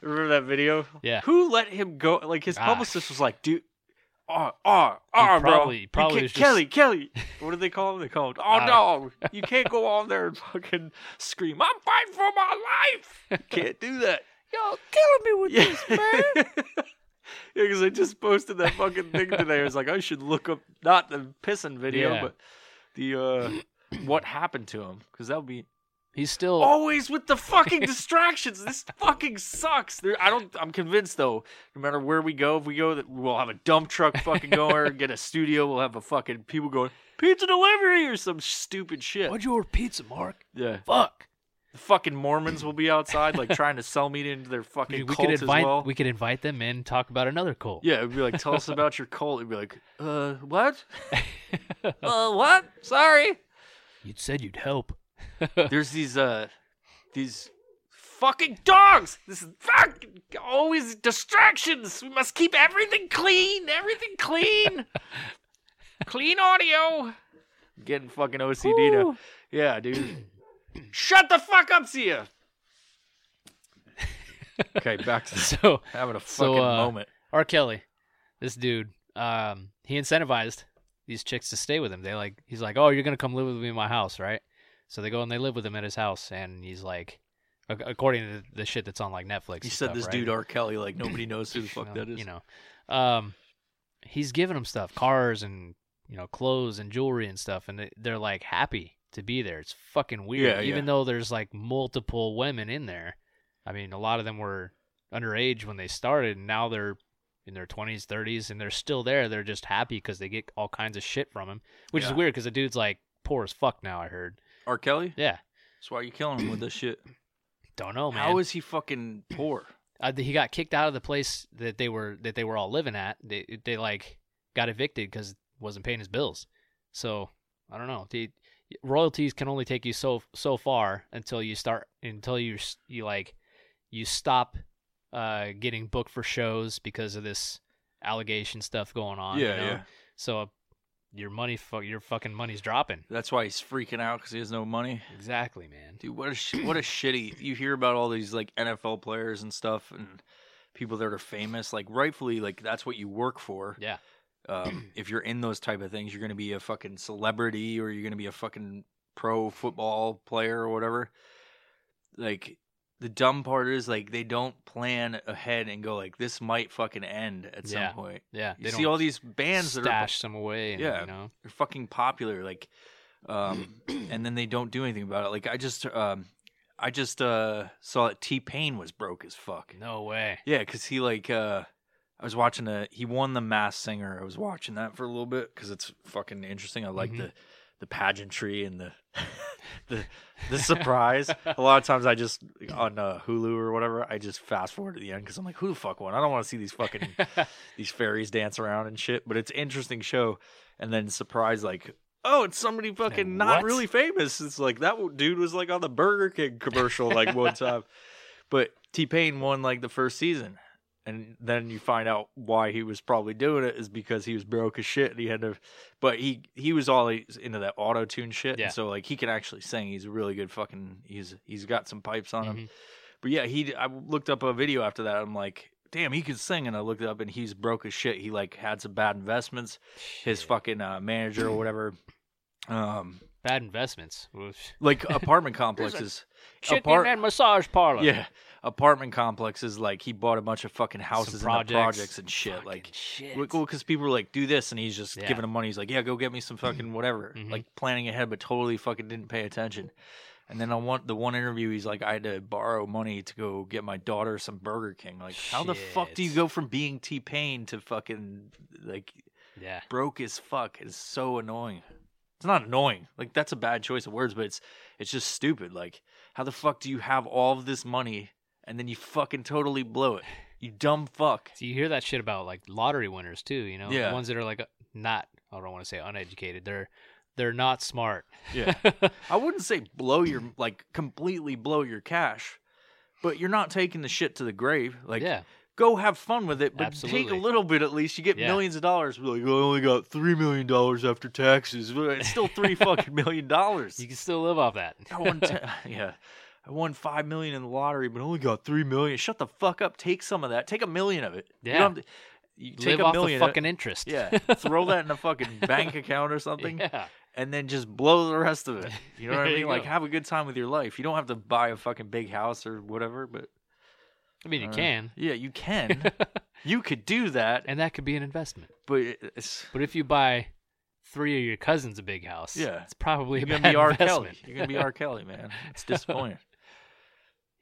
remember that video? Yeah. Who let him go? Like his Ah. publicist was like, dude. Oh, oh, oh, bro. probably- You probably can't- was just- Kelly, Kelly. What did they call him? They called, oh, Ah. no, you can't go on there and fucking scream, I'm fighting for my life. Can't do that. Y'all killing me with yeah, because I just posted that fucking thing today. I was like, I should look up not the pissing video, Yeah. but the uh what happened to him because that would be He's still. always with the fucking distractions. This fucking sucks. There, I don't. I'm convinced though. No matter where we go, if we go, that we'll have a dump truck fucking going, get a studio. We'll have a fucking people going pizza delivery or some stupid shit. What'd you order pizza, Mark? Yeah, Fuck. the fucking Mormons will be outside like trying to sell me into their fucking Dude, we cult could as invite. well. We could invite them in. Talk about another cult. Yeah, it'd be like, tell us about your cult. It'd be like, uh, what? uh, what? Sorry. You said you'd help. There's these, uh, these fucking dogs. This fucking always distractions. We must keep everything clean. Everything clean. clean audio. I'm getting fucking OCD now. Yeah, dude. Shut the fuck up, Sia. okay, back to this. So having a fucking So, uh, moment. R. Kelly, this dude, um, he incentivized these chicks to stay with him. They like, he's like, oh, you're gonna come live with me in my house, right? So they go and they live with him at his house, and he's like, ac- according to the shit that's on like Netflix. You and said stuff, this right? dude R. Kelly like nobody knows who the fuck Well, that is. You know, um, he's giving them stuff, cars and you know clothes and jewelry and stuff, and they- they're like happy to be there. It's fucking weird, Yeah, even yeah. though there's like multiple women in there. I mean, a lot of them were underage when they started, and now they're in their 20s, 30s, and they're still there. They're just happy because they get all kinds of shit from him, which Yeah. is weird because the dude's like poor as fuck now. I heard. R. Kelly? Yeah, That's why you killing him with this shit. don't know, man. How is he fucking poor? uh, he got kicked out of the place that they were that they were all living at. They they like got evicted because wasn't paying his bills. So I don't know. The royalties can only take you so so far until you start until you s- you like you stop uh, getting booked for shows because of this allegation stuff going on. you Yeah, know? yeah. So uh, your money, fu- your fucking money's dropping. That's why he's freaking out because he has no money. Exactly, man. Dude, what a sh- what a shitty. You hear about all these like NFL players and stuff and people that are famous. Like rightfully, like that's what you work for. Yeah. Um, if you're in those type of things, you're gonna be a fucking celebrity or you're gonna be a fucking pro football player or whatever. Like the dumb part is like they don't plan ahead and go like this might fucking end at Yeah. some point. Yeah, You see all these bands that are stash some away. And, Yeah. you know. they're fucking popular like um and then they don't do anything about it like i just um i just uh saw that t-pain was broke as fuck No way. yeah because he like uh i was watching the he won the mass singer i was watching that for a little bit because it's fucking interesting i like Mhm. the the pageantry and the the the surprise a lot of times i just on uh, hulu or whatever i just fast forward to the end because i'm like who the fuck won i don't want to see these fucking these fairies dance around and shit. But it's an interesting show. And then surprise, like, oh, it's somebody fucking not what? really famous. It's like that w- dude was like on the Burger King commercial like one time. But T Pain won like the first season. And then you find out why he was probably doing it is because he was broke as shit and he had to, but he he was all into that auto tune shit. Yeah. And so like he can actually sing. He's a really good fucking. He's he's got some pipes on him. Mhm. But yeah, he. I looked up a video after that. I'm like, damn, he could sing. And I looked it up, and he's broke as shit. He like had some bad investments. His Shit. fucking uh, manager or whatever, um, Bad investments. Oof. like apartment complexes. Chicken Apart- and massage parlor. yeah, apartment complexes. Like he bought a bunch of fucking houses and projects. the projects and shit. Fucking like. shit. Because people were like, do this, and he's just Yeah. giving him money. He's like, yeah, go get me some fucking whatever. Mhm. Like planning ahead, but totally fucking didn't pay attention. And then I want the one interview. He's like, I had to borrow money to go get my daughter some Burger King. Like, how the fuck do you Shit. go from being T Pain to fucking like Yeah. broke as fuck? It's so annoying. It's not annoying. Like that's a bad choice of words, but it's it's just stupid. Like, how the fuck do you have all of this money and then you fucking totally blow it? You dumb fuck. So you hear that shit about like lottery winners too, you know? Yeah. The ones that are like not I don't want to say uneducated. They're they're not smart. Yeah. I wouldn't say blow your like completely blow your cash, but you're not taking the shit to the grave. Like yeah. go have fun with it, but take Absolutely. a little bit at least. You get Yeah. millions of dollars. We're like, I only got three million dollars after taxes. Well, It's still three fucking million dollars. You can still live off that. I won, te- yeah, I won five million in the lottery, but only got three million. Shut the fuck up. Take some of that. Take a million of it. You, Yeah. don't have to- you take live a off the million. of it. fucking interest. yeah, throw that in a fucking bank account or something yeah. and then just blow the rest of it. You know what I There you mean? Like go. have a good time with your life. You don't have to buy a fucking big house or whatever, but I mean, you uh, can, Yeah, you can. you could do that, and that could be an investment. but it's But if you buy three of your cousins a big house, Yeah. it's probably you're a gonna bad be R. investment. Kelly. You're gonna be R. Kelly, man. It's disappointing.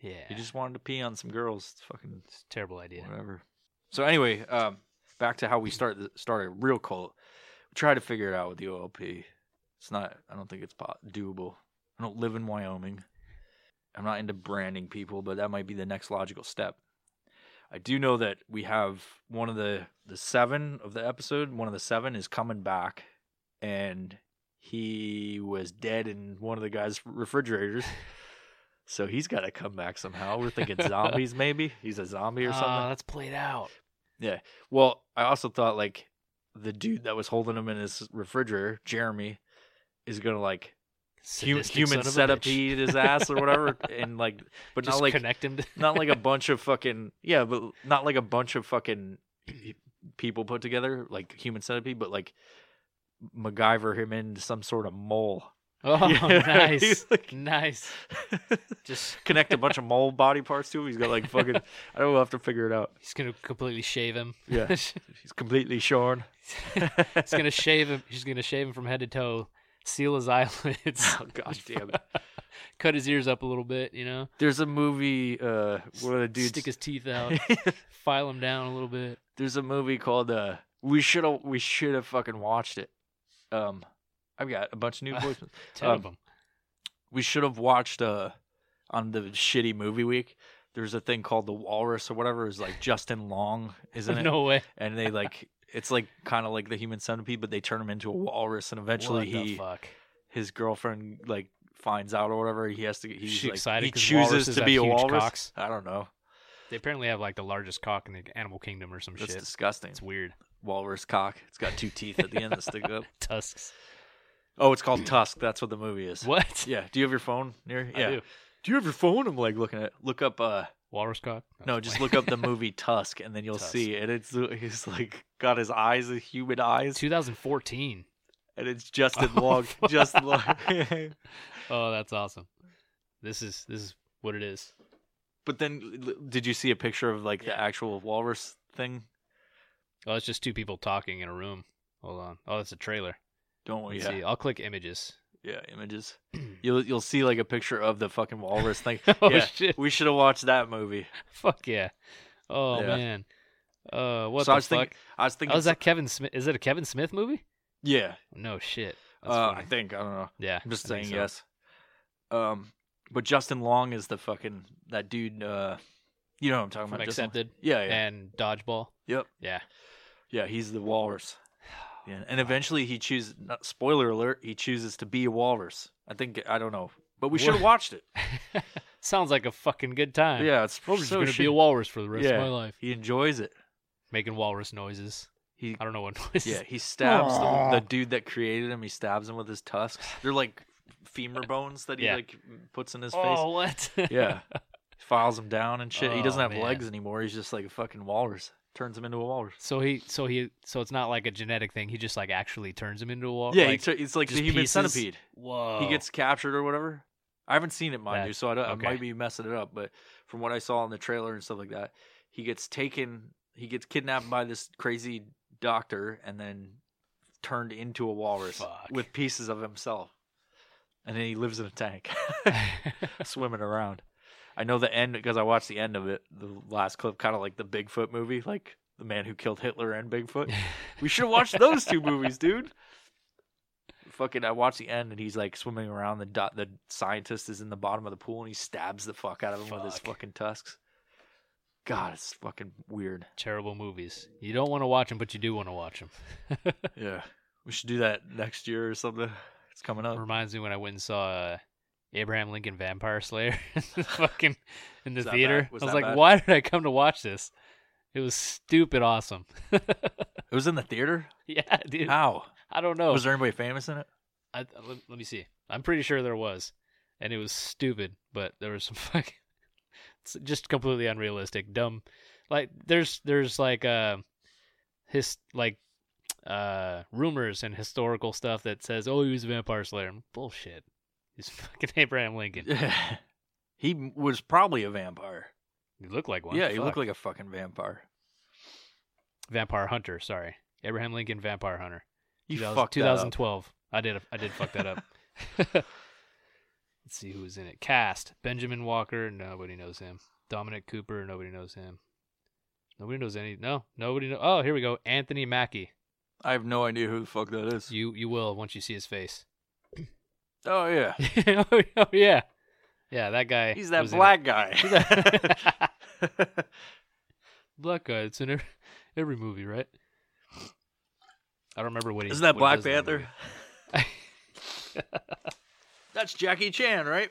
yeah, You just wanted to pee on some girls. It's fucking it's a terrible idea. whatever. So anyway, um, back to how we start the, start a real cult. We try to figure it out with the OLP. It's not. I don't think it's po- doable. I don't live in Wyoming. I'm not into branding people, but that might be the next logical step. I do know that we have one of the the seven of the episode. One of the seven is coming back, and he was dead in one of the guys' refrigerators. So he's got to come back somehow. We're thinking zombies, maybe he's a zombie or Ah, something. that's played out. Well, I also thought like the dude that was holding him in his refrigerator, Jeremy, is gonna like hu- Sadistic human son of a bitch. centipede his ass or whatever, and like, but Just not like connect him to not like a bunch of fucking yeah, but not like a bunch of fucking people put together like human centipede, but like MacGyver him into some sort of mole. Oh, Yeah, nice, he's like- nice. Just Connect a bunch of mole body parts to him. He's got like fucking. I don't know, we'll have to figure it out. he's gonna completely shave him. Yeah, he's he's completely shorn. gonna shave him. He's gonna shave him from head to toe. Seal his eyelids. Oh gosh, damn it. Cut his ears up a little bit. You know. There's a movie. Uh, one of the dudes. Stick his teeth out. file him down a little bit. There's a movie called uh, "We Should Have." We should have fucking watched it. Um, I've got a bunch of new Uh, voicemails. Ten Um, of them. we should have watched uh, on the shitty movie week. There's a thing called the Walrus or whatever. Is like Justin Long, isn't it? No way. And they like it's like kind of like the human centipede, but they turn him into a walrus, and eventually what the he fuck? his girlfriend like finds out or whatever. He has to. He's she like, excited He 'cause chooses walruses to have be a huge Oh, walrus. cocks? I don't know. They apparently have like the largest cock in the animal kingdom or some That's shit. disgusting. It's weird. walrus cock. It's got two teeth at the end that stick up. Tusks. Oh, it's called Tusk. That's what the movie is. What? Yeah. Do you have your phone near? I yeah. do. you have your phone? I'm like looking at. Look up. Uh, Walrus cock? no, just look up the movie Tusk, and then you'll Tusk. see. And it's uh, he's like got his eyes, his human eyes, 2014. and it's Justin Long. Justin Long. Oh, that's awesome. This is this is what it is. but then, l- did you see a picture of like the Yeah. actual walrus thing? Oh, it's just two people talking in a room. Hold on. Oh, that's a trailer. Don't we? Let's Oh, Yeah. see. I'll click images. Yeah. Images. you'll you'll see like a picture of the fucking walrus thing. oh Yeah. shit. We should have watched that movie. Fuck yeah. Oh Yeah. man. Uh, what So I the was fuck? thinking- I was thinking. oh, is that Kevin Smith? Is it a Kevin Smith movie? Yeah. No shit. That's Uh, I funny. think I don't know. yeah. I'm just I think saying so. yes. Um, but Justin Long is the fucking that dude. Uh, you know what I'm talking From about? Justin- accepted Yeah, yeah, and dodgeball. Yep. Yeah. yeah. He's the walrus. Yeah, and eventually he chooses. Not, spoiler alert: he chooses to be a walrus. I think I don't know, but we should have What? watched it. Sounds like a fucking good time. Yeah, it's I'm just so gonna be a shitty. walrus for the rest Yeah. of my life. He enjoys it. Making walrus noises. He I don't know what noises. yeah. He stabs the, the dude that created him. He stabs him with his tusks. They're like femur bones that he Yeah. like puts in his face. Oh what? Yeah. Files him down and shit. he doesn't Oh, have man. legs anymore. He's just like a fucking walrus. Turns him into a walrus. so he, so he, so it's not like a genetic thing. He just like actually turns him into a walrus. yeah, Like, he tur- it's like Oh. the just human pieces? centipede. whoa. He gets captured or whatever. I haven't seen it, mind That- you, so I, don't, okay. I might be messing it up. But from what I saw in the trailer and stuff like that, he gets taken. He gets kidnapped by this crazy doctor and then turned into a walrus Fuck. with pieces of himself. And then he lives in a tank. swimming around. I know the end because I watched the end of it, the last clip, kind of like the Bigfoot movie, like the man who killed Hitler and Bigfoot. We should have watched those two movies, dude. Fucking, I watched the end and he's like swimming around. The do- the scientist is in the bottom of the pool and he stabs the fuck out of him with his Fuck. fucking tusks. God, it's fucking weird. terrible movies. You don't want to watch them, but you do want to watch them. Yeah. We should do that next year or something. It's coming up. Reminds me when I went and saw uh, Abraham Lincoln Vampire Slayer in the fucking in the Was that theater. bad? Was I was that like, bad? why did I come to watch this? It was stupid awesome. It was in the theater. yeah, dude. How I don't know. was there anybody famous in it? I, I- let, let me see. I'm pretty sure there was, and it was stupid, but there was some fucking, it's just completely unrealistic, dumb. Like there's there's like uh, his like uh rumors and historical stuff that says oh he was a vampire slayer bullshit. He's fucking Abraham Lincoln. he was probably a vampire. He looked like one. yeah, he Fuck. looked like a fucking vampire. vampire hunter. Sorry, Abraham Lincoln vampire hunter. You 2000 fucked that up. 2012. I did. I did fuck that up. Let's see who was in it. Cast Benjamin Walker. Nobody knows him. Dominic Cooper. Nobody knows him. Nobody knows any. No, nobody. Know, oh, here we go. Anthony Mackie. I have no idea who the fuck that is. You you will once you see his face. Oh yeah, oh yeah, yeah. That guy. he's that was in it. black guy. He's that- black guy. It's in every, every movie, right? I don't remember what he. Isn't that Black what he does in Panther? movie. That's Jackie Chan, right?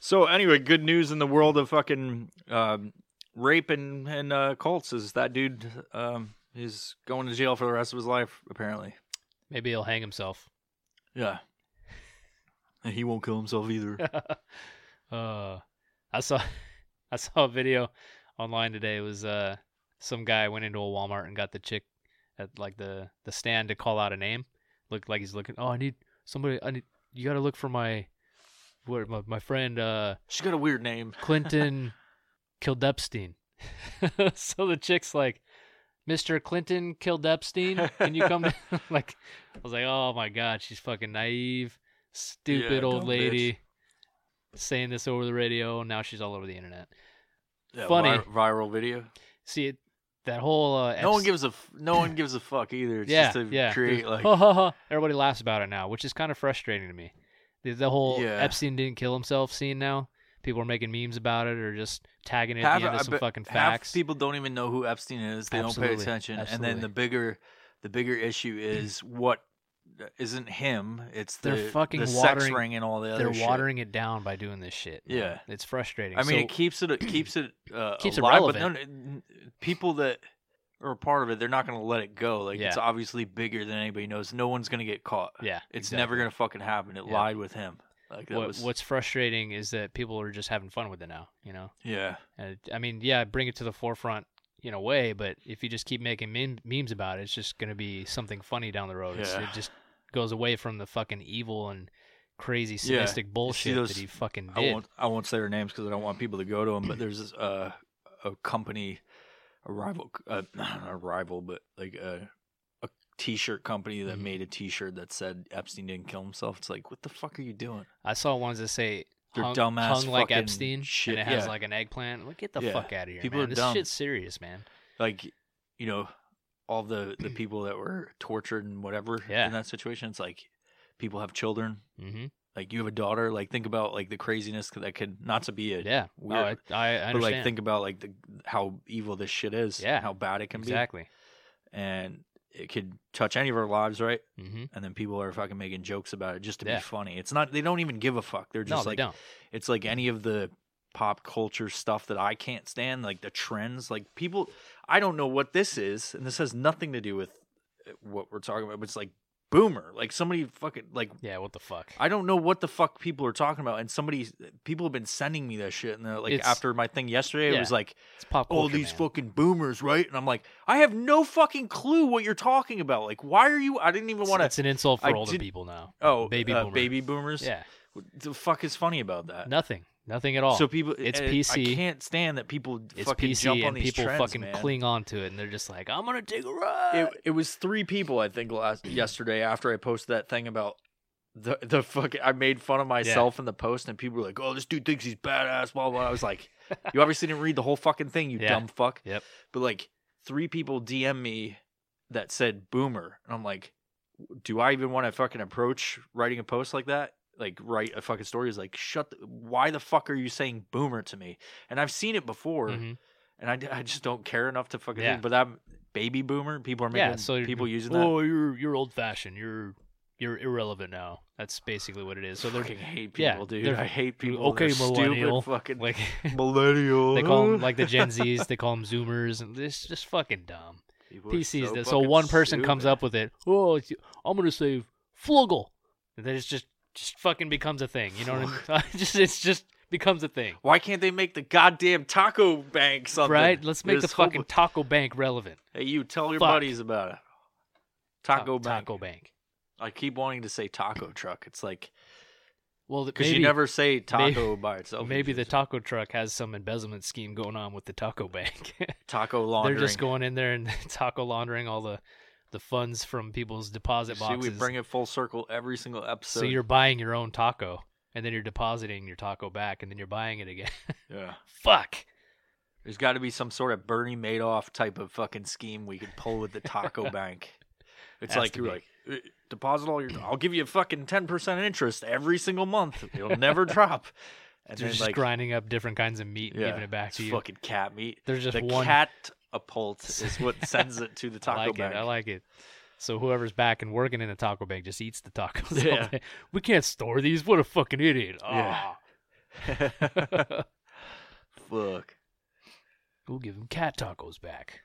So anyway, good news in the world of fucking um, rape and and uh, cults is that dude um, is going to jail for the rest of his life apparently. Maybe he'll hang himself. Yeah, and he won't kill himself either. uh, I saw I saw a video online today. It was uh some guy went into a Walmart and got the chick at like the the stand to call out a name. Looked like he's looking. Oh, I need somebody. I need you got to look for my what my, my friend uh She's got a weird name. Clinton Kildepstein. so the chick's like, Mr. Clinton Kildepstein, can you come? to-" like, I was like, oh my god, she's fucking naive, stupid Yeah, old dumb lady, saying this over the radio. Now she's all over the internet. Yeah, Funny. vir- viral video. See it, that whole uh, No one eps- gives a f- no one gives a fuck either. It's yeah, just to yeah. create There's- like ha, ha, ha. everybody laughs about it now, which is kind of frustrating to me. The, the whole Yeah. Epstein didn't kill himself scene now. People are making memes about it or just tagging it at the end I of some bet fucking half facts. people don't even know who Epstein is. They don't pay Absolutely, attention. And then absolutely. the bigger, the bigger issue is what isn't him. It's the They're fucking the sex watering- ring and all the other. they're shit. watering it down by doing this shit. man. Yeah. it's frustrating. I mean, So- it keeps it it keeps it uh, Keeps it alive, but none- people that are a part of it, they're not going to let it go. Like it's Yeah. obviously bigger than anybody knows. No one's going to get caught. yeah, It's exactly. never going to fucking happen. It Yeah. lied with him. Like that What, was What's frustrating is that people are just having fun with it now. You know, yeah. and it- I mean, yeah, bring it to the forefront in a way, but if you just keep making mem- memes about it, it's just going to be something funny down the road. It's, Yeah. it just goes away from the fucking evil and crazy Yeah. sadistic bullshit those- that he fucking I did. won't. I won't say their names because I don't want people to go to them. But there's a a company, a rival, uh, not a rival, but like a a t-shirt company that Mhm. made a t-shirt that said Epstein didn't kill himself. It's like, what the fuck are you doing? I saw ones that say They're hung, dumbass hung like fucking Epstein, shit, and it has yeah. like an eggplant. Like, get the Yeah. fuck out of here, People man. are this dumb. shit's serious, man. Like, you know, all the the people that were tortured and whatever Yeah. in that situation. It's like people have children. hmm Like you have a daughter. Like think about like the craziness that could not to be a Yeah, weird. Oh, I, I, I understand. but like think about like the how evil this shit is. Yeah. How bad it can be. exactly. and it could touch any of our lives, right? Mm-hmm. And then people are fucking making jokes about it just to Yeah. be funny. It's not they don't even give a fuck. They're No, just they like don't. it's like any of the pop culture stuff that I can't stand, like the trends, like people I don't know what this is, and this has nothing to do with what we're talking about, but it's like boomer. Like somebody fucking like Yeah, what the fuck? I don't know what the fuck people are talking about, and somebody people have been sending me that shit, and they're like It's- after my thing yesterday, Yeah. it was like It's pop culture. all these man. fucking boomers, right? And I'm like, I have no fucking clue what you're talking about. Like, why are you? I didn't even It's, want it's to. an insult for I older did- people now. Oh, baby baby, uh, boomer. baby boomers. Yeah, What the fuck is funny about that? nothing, nothing at all. uh, So people, eh, It's I- PC. I can't stand that people it's fucking PC jump on and these people trends, fucking man. cling on to it, and they're just like, "I'm gonna take a ride." It, it was three people I think last yesterday after I posted that thing about the the fucking I made fun of myself in the post and people were like, "Oh, this dude thinks he's badass." Blah blah. I was like, "You obviously didn't read the whole fucking thing, you Yeah. dumb fuck." Yep. But like three people DM me that said "boomer," and I'm like, "Do I even want to fucking approach writing a post like that?" Like write a fucking story is like shut. The, why the fuck are you saying boomer to me? And I've seen it before Mhm. and I, I just don't care enough to fucking. Yeah. But I'm baby boomer. People are making yeah, so people using that. Oh, you're you're old fashioned. You're you're irrelevant now. That's basically what it is. So I they're fucking hate yeah, people, dude. they're- I hate people. okay, Okay, millennial. stupid fucking like millennial. they call them like the Gen Zs. They call them Zoomers, and it's just fucking dumb. People are PCs. so that- So, fucking one person comes stupid. up with it. Oh, it's- I'm gonna save Fluggle. And then it's just just fucking becomes a thing. You know what I mean? just it's just becomes a thing. Why can't they make the goddamn taco bank something? Right? Let's make This the whole- fucking taco bank relevant. Hey, you tell your Fuck. buddies about it. Taco Oh, bank. Taco bank. I keep wanting to say taco truck. It's like Well, th- because maybe you never say taco by itself. maybe You the just- taco truck has some embezzlement scheme going on with the taco bank. taco laundering. They're just going in there and taco laundering all the the funds from people's deposit See, boxes. we bring it full circle every single episode. so you're buying your own taco, and then you're depositing your taco back, and then you're buying it again. yeah. Fuck. There's got to be some sort of Bernie Madoff type of fucking scheme we could pull with the taco bank. It's Has like to you're be. like "Eh, deposit all your. I'll give you fucking ten percent interest every single month. It'll never drop. And They're then just like grinding up different kinds of meat and yeah, giving it back it's to you. Fucking cat meat. There's just the one. catapult is what sends it to the taco I like bank. it. I like it. So whoever's back and working in the taco bank just eats the tacos. all Yeah. day. We can't store these. What a fucking idiot. Yeah. Ah. Fuck. we'll give them cat tacos back.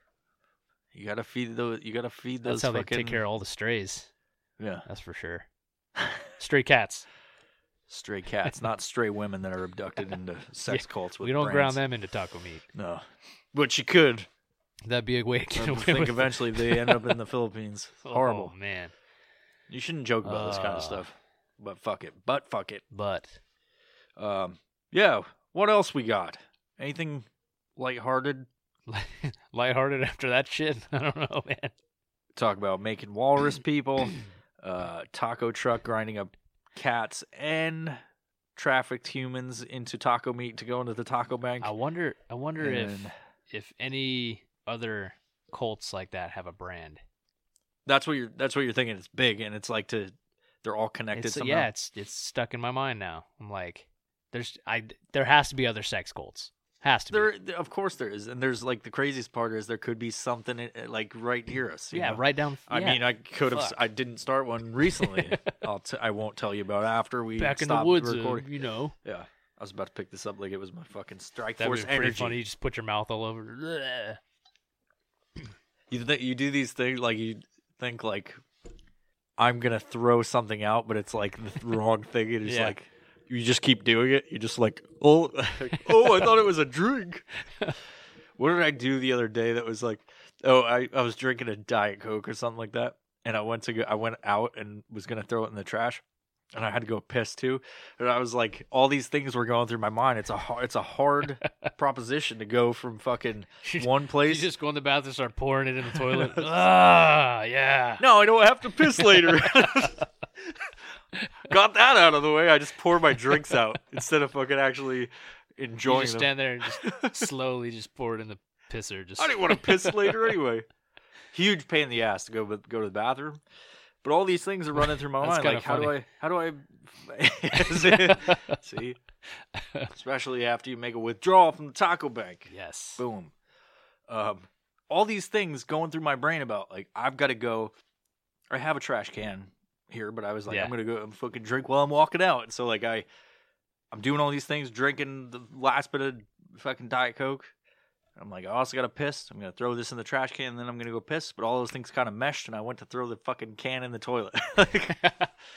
You gotta feed those. You gotta feed those. That's how fucking, they take care of all the strays. Yeah, That's for sure. Stray cats. stray cats, not stray women that are abducted into sex cults. With we don't brains. ground them into taco meat. No, but you could. That'd be a way to I get away think with it. eventually they end up in the Philippines. Horrible. Oh, man. You shouldn't joke about this kind Uh. of stuff. But fuck it. But fuck it. But Um, yeah. What else we got? Anything lighthearted? lighthearted after that shit, I don't know, man. Talk about making walrus people, uh, taco truck grinding up cats and trafficked humans into taco meat to go into the taco bank. I wonder. I wonder if And- if any other cults like that have a brand. That's what you're. That's what you're thinking. It's big, and it's like to. They're all connected. It's, somehow. yeah, it's it's stuck in my mind now. I'm like, there's I there has to be other sex cults. Has to There, be. there- of course, there is, and there's like the craziest part is there could be something in- like right near us. you Yeah, know? right down. I yeah, mean, I could have. Fuck. I didn't start one recently. I'll. T- I won't tell you about after we back in the stopped woods, uh, recording. you know. yeah, I was about to pick this up like it was my fucking strike That force was pretty energy. funny. You just put your mouth all over. Bleh. You think you do these things like you think like I'm gonna throw something out, but it's like the wrong thing. It's Yeah. like you just keep doing it. You're just like, oh, oh, I thought it was a drink. what did I do the other day that was like, oh, I, I was drinking a diet coke or something like that, and I went to go, I went out and was gonna throw it in the trash. And I had to go piss too, and I was like, all these things were going through my mind. It's a hard, it's a hard proposition to go from fucking one You place just go in the bathroom, start pouring it in the toilet. ah, yeah. No, I don't have to piss later. Got that out of the way. I just pour my drinks out instead of fucking actually you enjoying just them. stand there and just slowly just pour it in the pisser. Just I didn't want to piss later anyway. Huge pain in the ass to go go to the bathroom. But all these things are running through my That's mind. Like, kinda how do I? How do I? See, especially after you make a withdrawal from the taco bank. yes. boom um all these things going through my brain about like i've got to go i have a trash can here but i was like Yeah. i'm gonna go and fucking drink while i'm walking out and so like i i'm doing all these things drinking the last bit of fucking diet coke i'm like i also gotta piss i'm gonna throw this in the trash can and then i'm gonna go piss but all those things kind of meshed and i went to throw the fucking can in the toilet like,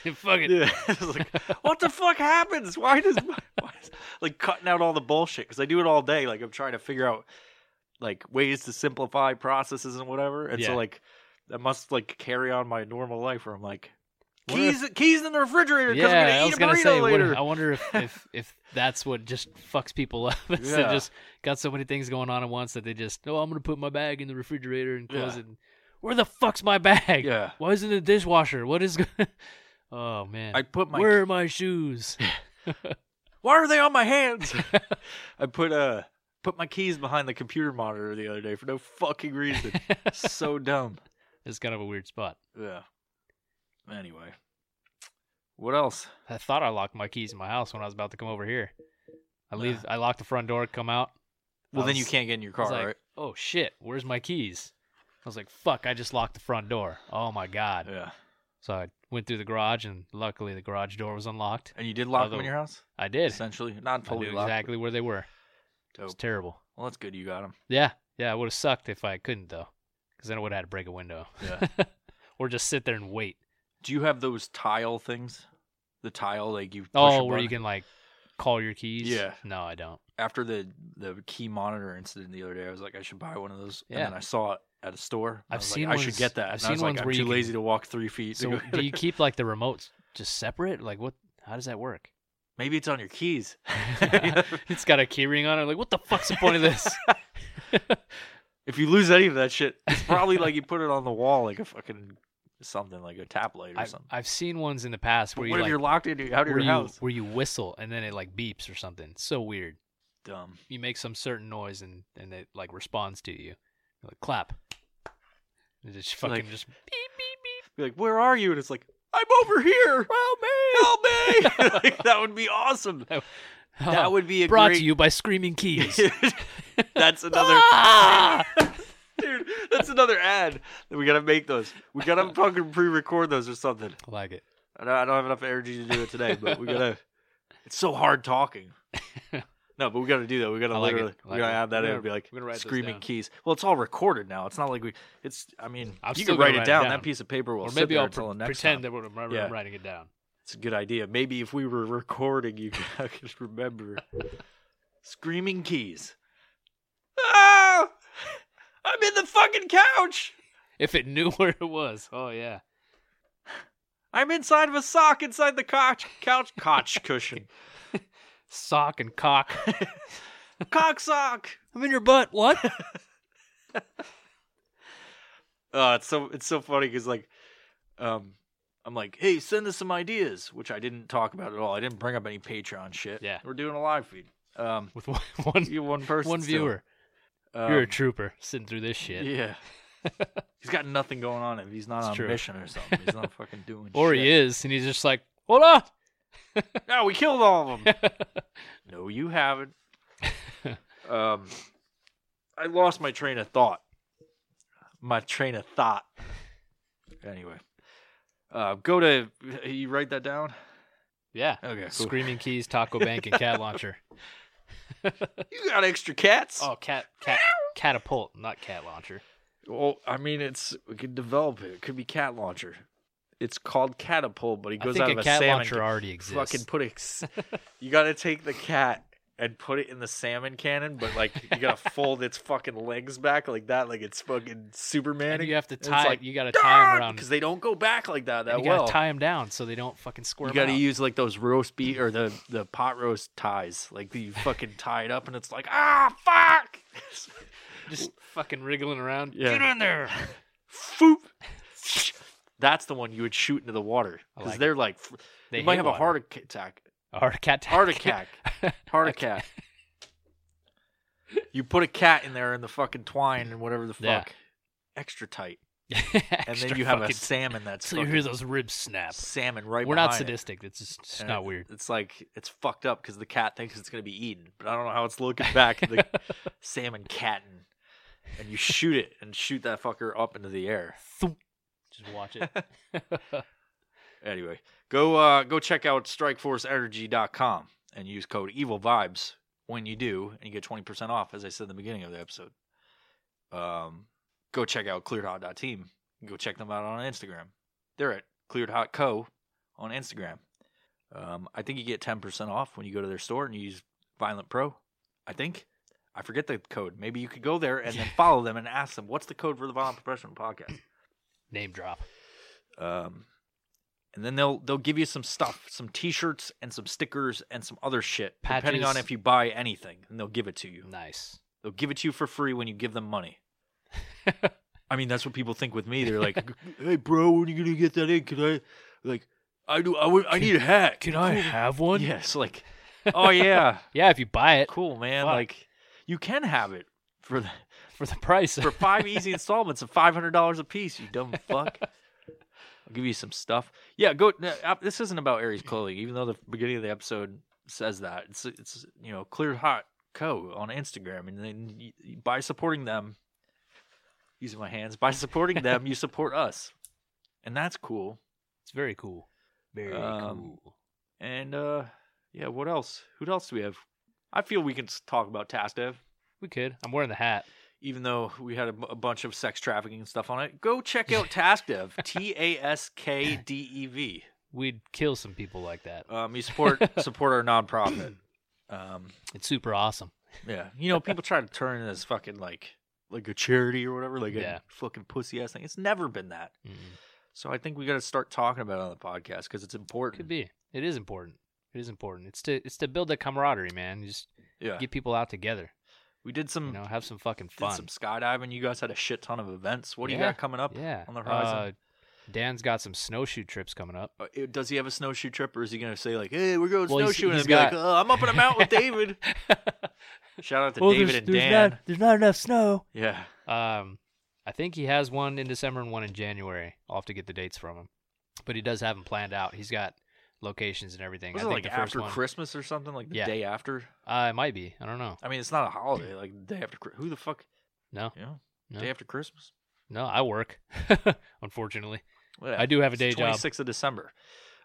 Fuck it. yeah, I was like, what the fuck happens? Why does why is, like cutting out all the bullshit? Because I do it all day. Like I'm trying to figure out like ways to simplify processes and whatever. And so Yeah. like that must like carry on my normal life where I'm like What if- keys keys in the refrigerator because Yeah, I I'm was gonna eat gonna a say. burrito what- later. I wonder if, if if that's what just fucks people up. is they Yeah. just got so many things going on at once that they just, oh, I'm gonna put my bag in the refrigerator and close Yeah. it. And, Where the fuck's my bag? yeah, Why isn't it dishwasher? What is? go- oh man. I put my Where are my shoes? why are they on my hands? I put uh put my keys behind the computer monitor the other day for no fucking reason. so dumb. it's kind of a weird spot. Yeah. Anyway, what else? I thought I locked my keys in my house when I was about to come over here. I leave. I locked the front door. Come out. Well, I then was- you can't get in your I was car, like, right? Oh shit! Where's my keys? I was like, fuck, I just locked the front door. Oh my God. Yeah. So I went through the garage, and luckily the garage door was unlocked. And you did lock them Although- in your house, I did. essentially. Not I knew totally locked. exactly where they were. but It was dope. terrible. Well, that's good. You got them. Yeah, yeah, it would have sucked if I couldn't though, because then I would have had to break a window. Yeah. or just sit there and wait. Do you have those tile things? The tile, like you. Push a Oh, where you button? can like call your keys. Yeah. No, I don't. After the the key monitor incident the other day, I was like, I should buy one of those. And Yeah. then I saw it at a store. and I I've was seen Like, I should ones- get that. I've and I seen was like, ones I'm where too you can- lazy to walk three feet. to So go- do you keep like the remotes just separate? Like what? How does that work? Maybe it's on your keys. it's got a key ring on it. Like what the fuck's the point of this? if you lose any of that shit, it's probably like you put it on the wall, like a fucking something, like a tap light or I, something. I've seen ones in the past But where what you if like you're locked into out of your where you, house? where you whistle and then it like beeps or something. It's so weird. Dumb. You make some certain noise and and it like responds to you. You're like clap. And It just fucking Like- just beep beep beep. Be like, where are you? And it's like, I'm over here. Help me! Help me! like, that would be awesome. Oh, That would be a brought great... to you by Screaming Keys. that's another Ah! dude. That's another ad. that We gotta make those. We gotta fucking pre-record those or something. I like it. I don't, I don't have enough energy to do it today, but we gotta. It's so hard talking. No, but we gotta do that. We gotta I like it. literally. I we like gotta it. add that in We're gonna- and be like we're gonna write this screaming down. keys. Well, it's all recorded now. It's not like we. It's. I mean, I'm you can still gonna write write it it down. down. That piece of paper will or sit maybe there I'll until pre- the next pretend time. that we're remember- Yeah. I'm writing it down. It's a good idea. Maybe if we were recording, you I could remember. Screaming keys. Ah! I'm in the fucking couch. If it knew where it was. Oh yeah. I'm inside of a sock inside the couch couch couch cushion. Sock and cock. Cock sock. I'm in your butt. What? Oh, it's so it's so funny because like, um, I'm like, hey, send us some ideas, which I didn't talk about at all. I didn't bring up any Patreon shit. Yeah. we're doing a live feed. Um, With one one, you one person, one still. viewer. Um, You're a trooper sitting through this shit. Yeah, he's got nothing going on if he's not It's on true. mission or something. He's not fucking doing. Or shit. he is, and he's just like, hold on. No, we killed all of them. no, you haven't. um, I lost my train of thought. My train of thought. Anyway, uh, go to. You write that down. Yeah. Okay, cool. Screaming Keys, Taco Bank, and Cat Launcher. You got extra cats? Oh, cat, cat, catapult, not cat launcher. Well, I mean, it's we could develop it. It could be cat launcher. It's called catapult, but he I goes think out a of a cat salmon. launcher already can- exists. fucking put it. you got to take the cat and put it in the salmon cannon, but like you got to fold its fucking legs back like that, like it's fucking Superman. and you have to It's tie. like, you got to tie them around. because they don't go back like that that and you well. gotta tie them down so they don't fucking squirm. you got to out. use like those roast beef or the the pot roast ties, like you fucking tie it up, and it's like ah fuck, just fucking wriggling around. Yeah. Get in there. foop. That's the one you would shoot into the water I because like they're like fr- They you might hate have a water. heart ac- attack. a heart attack. Heart attack. Heart attack. you put a cat in there in the fucking twine and whatever the fuck, Yeah. extra tight, and Extra then you have a fucking- salmon that's so you fucking hear those ribs snap. salmon right. We're not behind it. sadistic. It's just it's And not it- weird. It's like it's fucked up because the cat thinks it's gonna be eaten, but I don't know how it's looking back at the salmon catting. And you shoot it and shoot that fucker up into the air. Thump. Just watch it. Anyway, go uh, go check out strikeforceenergy.com and use code evil vibes when you do, and you get 20% off, as I said in the beginning of the episode. Um, go check out clearedhot.team. Go check them out on Instagram. They're at clearedhotco on Instagram. Um, I think you get 10% off when you go to their store and you use Violent Pro. I think. I forget the code. Maybe you could go there and then follow them and ask them, what's the code for the Violent Professional podcast? Name drop. um, and then they'll they'll give you some stuff, some T-shirts and some stickers and some other shit, depending on Patches. if you buy anything, and they'll give it to you. Nice. They'll give it to you for free when you give them money. I mean, that's what people think with me. They're like, "Hey, bro, when are you gonna get that in? Can I, like, I do, I, would- I need a hat. have one? Yeah. Yes, like, oh yeah, if you buy it cool man. Fuck. Like, you can have it for the, for the price. for five easy installments of five hundred dollars a piece. You dumb fuck. I'll give you some stuff. Yeah, go. no, uh, This isn't about Aries clothing, even though the beginning of the episode says that. It's it's you know Clear Hot Co on Instagram, and then you, you- by supporting them, using my hands. By supporting them, you support us, and that's cool. It's very cool. Very Um, cool. And uh, yeah, what else? Who else do we have? I feel we can s- talk about TASDEV, We could. I'm wearing the hat. even though we had a, bu- a bunch of sex trafficking and stuff on it. Go check out TASDEV, T A S K D E V. We'd kill some people like that. Um, you support support our nonprofit. Um, It's super awesome. yeah, you know, people try to turn it as fucking like like a charity or whatever, like Yeah. a fucking pussy ass thing. It's never been that. Mm-mm. So I think we got to start talking about it on the podcast because it's important. Could be. It is important. It is important. It's to it's to build that camaraderie, man. You just Yeah, get people out together. we did some You know, have some fucking did fun. some skydiving. You guys had a shit ton of events. What do you Yeah, got coming up? yeah. on the horizon. Uh, Dan's got some snowshoe trips coming up. Uh, it- Does he have a snowshoe trip, or is he gonna say like, "Hey, we're going Well, he's- snowshoeing"? he's and be like, got- "Uh, "I'm up in a mountain with David." Shout out to David and Dan. there's not enough snow. Yeah, Um, I think he has one in December and one in January. I'll have to get the dates from him, but he does have them planned out. He's got locations and everything. was I it think like the first after one, Christmas or something? Like the Yeah. day after? Uh, it might be. I don't know. I mean, it's not a holiday. Like the day after. Chri- Who the fuck? No, You know, No. day after Christmas. no, I work. Unfortunately, Whatever. I do have a It's day job. 26th of December.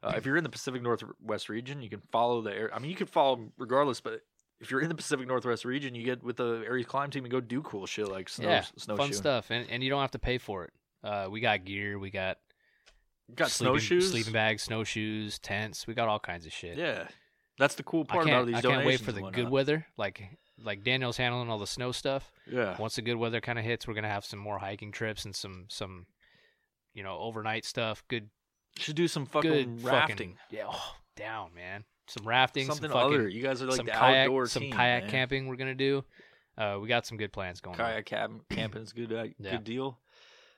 Uh, if you're in the Pacific Northwest region, you can follow the. Air- I mean, you can follow 'em regardless, but if you're in the Pacific Northwest region, you get with the Aries Climb team and go do cool shit like snow, yeah, snowshoeing. fun stuff, and and you don't have to pay for it. Uh, we got gear. We got You got sleeping, snowshoes. sleeping bags, snowshoes, tents. We got all kinds of shit. Yeah, that's the cool I part about can't, these I donations. can't wait for the and good whatnot. weather. Like like Daniel's handling all the snow stuff. Yeah, Once the good weather kind of hits, we're gonna have some more hiking trips and some some you know overnight stuff. Good should do some fucking good rafting. Fucking, yeah, oh, down man. Some rafting, Something some fucking, other. You guys are like some the kayak, outdoor some team, kayak man. camping. We're gonna do. Uh, we got some good plans going. on. Kayak cab- camping's good. Uh, Yeah. Good deal.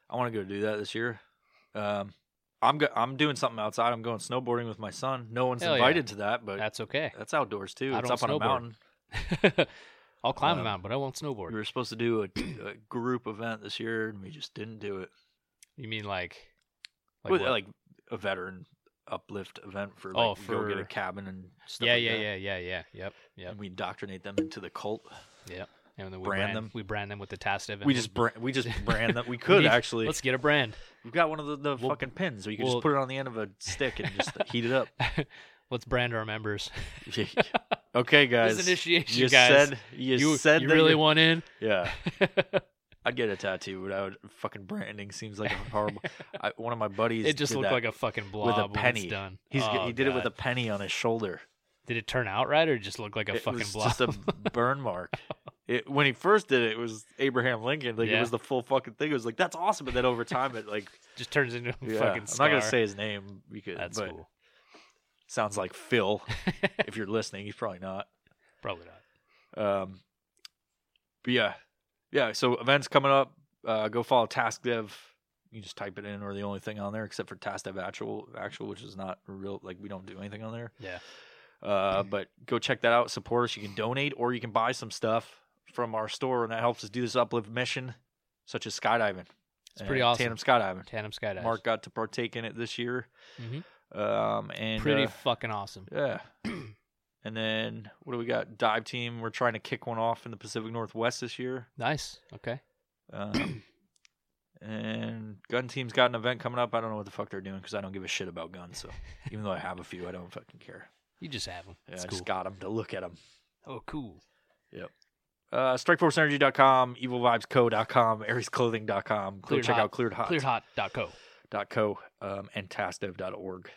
I want to go do that this year. Um, I'm go- I'm doing something outside. I'm going snowboarding with my son. No one's Hell yeah. invited to that, but That's okay. That's outdoors too. I it's don't up on a snowboard. mountain. I'll climb Um, the mountain, but I won't snowboard. We were supposed to do a, a group event this year, and we just didn't do it. You mean like Like, With, what? like a veteran uplift event for like Oh, we go get a for- cabin and stuff. yeah, like yeah, that. yeah, yeah, yeah. Yep, yep, And we indoctrinate them into the cult. yep. And then we Brand brand, them. We brand them with the task We just brand, we just brand them. We could actually. Let's get a brand. We've got one of the, the We'll- fucking pins, so you can we'll- just put it on the end of a stick and just heat it up. Let's brand our members. okay, guys. This is initiation, you guys. said you, you said you that really you- want in? Yeah. I'd get a tattoo, but I would fucking branding seems like a horrible. I, one of my buddies. it just did looked that like a fucking blob with a when penny. it's done. He's oh, he did it with a God. penny on his shoulder. Did it turn out right, or it just looked like a it fucking was blob? just a burn mark. It, when he first did it, it was Abraham Lincoln. Like it Yeah. was the full fucking thing. It was like that's awesome, but then over time, it like just turns into a yeah. fucking. I'm not gonna scar. say his name because that's but cool. sounds like Phil. if you're listening, he's probably not. Probably not. Um, but yeah, yeah. So events coming up. Uh, go follow Task Dev. You just type it in, or the only thing on there, except for Task Dev Actual, Actual, which is not real. Like we don't do anything on there. Yeah. Uh, but go check that out. Support us. You can donate, or you can buy some stuff from our store, and that helps us do this uplift mission, such as skydiving. It's pretty awesome. Tandem skydiving. Tandem skydive. Mark got to partake in it this year. Mhm. Um, and pretty uh, fucking awesome. yeah. and then what do we got? Dive team. We're trying to kick one off in the Pacific Northwest this year. Nice. Okay. Um, and gun team's got an event coming up. I don't know what the fuck they're doing because I don't give a shit about guns. So even though I have a few, I don't fucking care. You just have them. Yeah, it's I cool. just got them to look at them. oh, cool. Uh, StrikeForceEnergy.com, EvilVibesCo.com, AriesClothing.com. Go Cleared check Hot. out ClearedHot.co Clearedhot.co. um, and TASDev.org.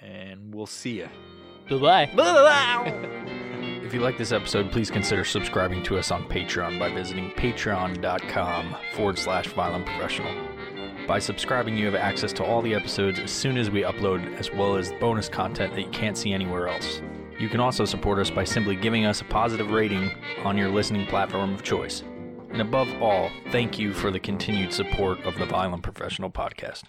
And we'll see you. Bye bye. If you like this episode, please consider subscribing to us on Patreon by visiting patreon.com forward slash violent professional. By subscribing, you have access to all the episodes as soon as we upload, as well as bonus content that you can't see anywhere else. You can also support us by simply giving us a positive rating on your listening platform of choice. And above all, thank you for the continued support of the Violent Professional Podcast.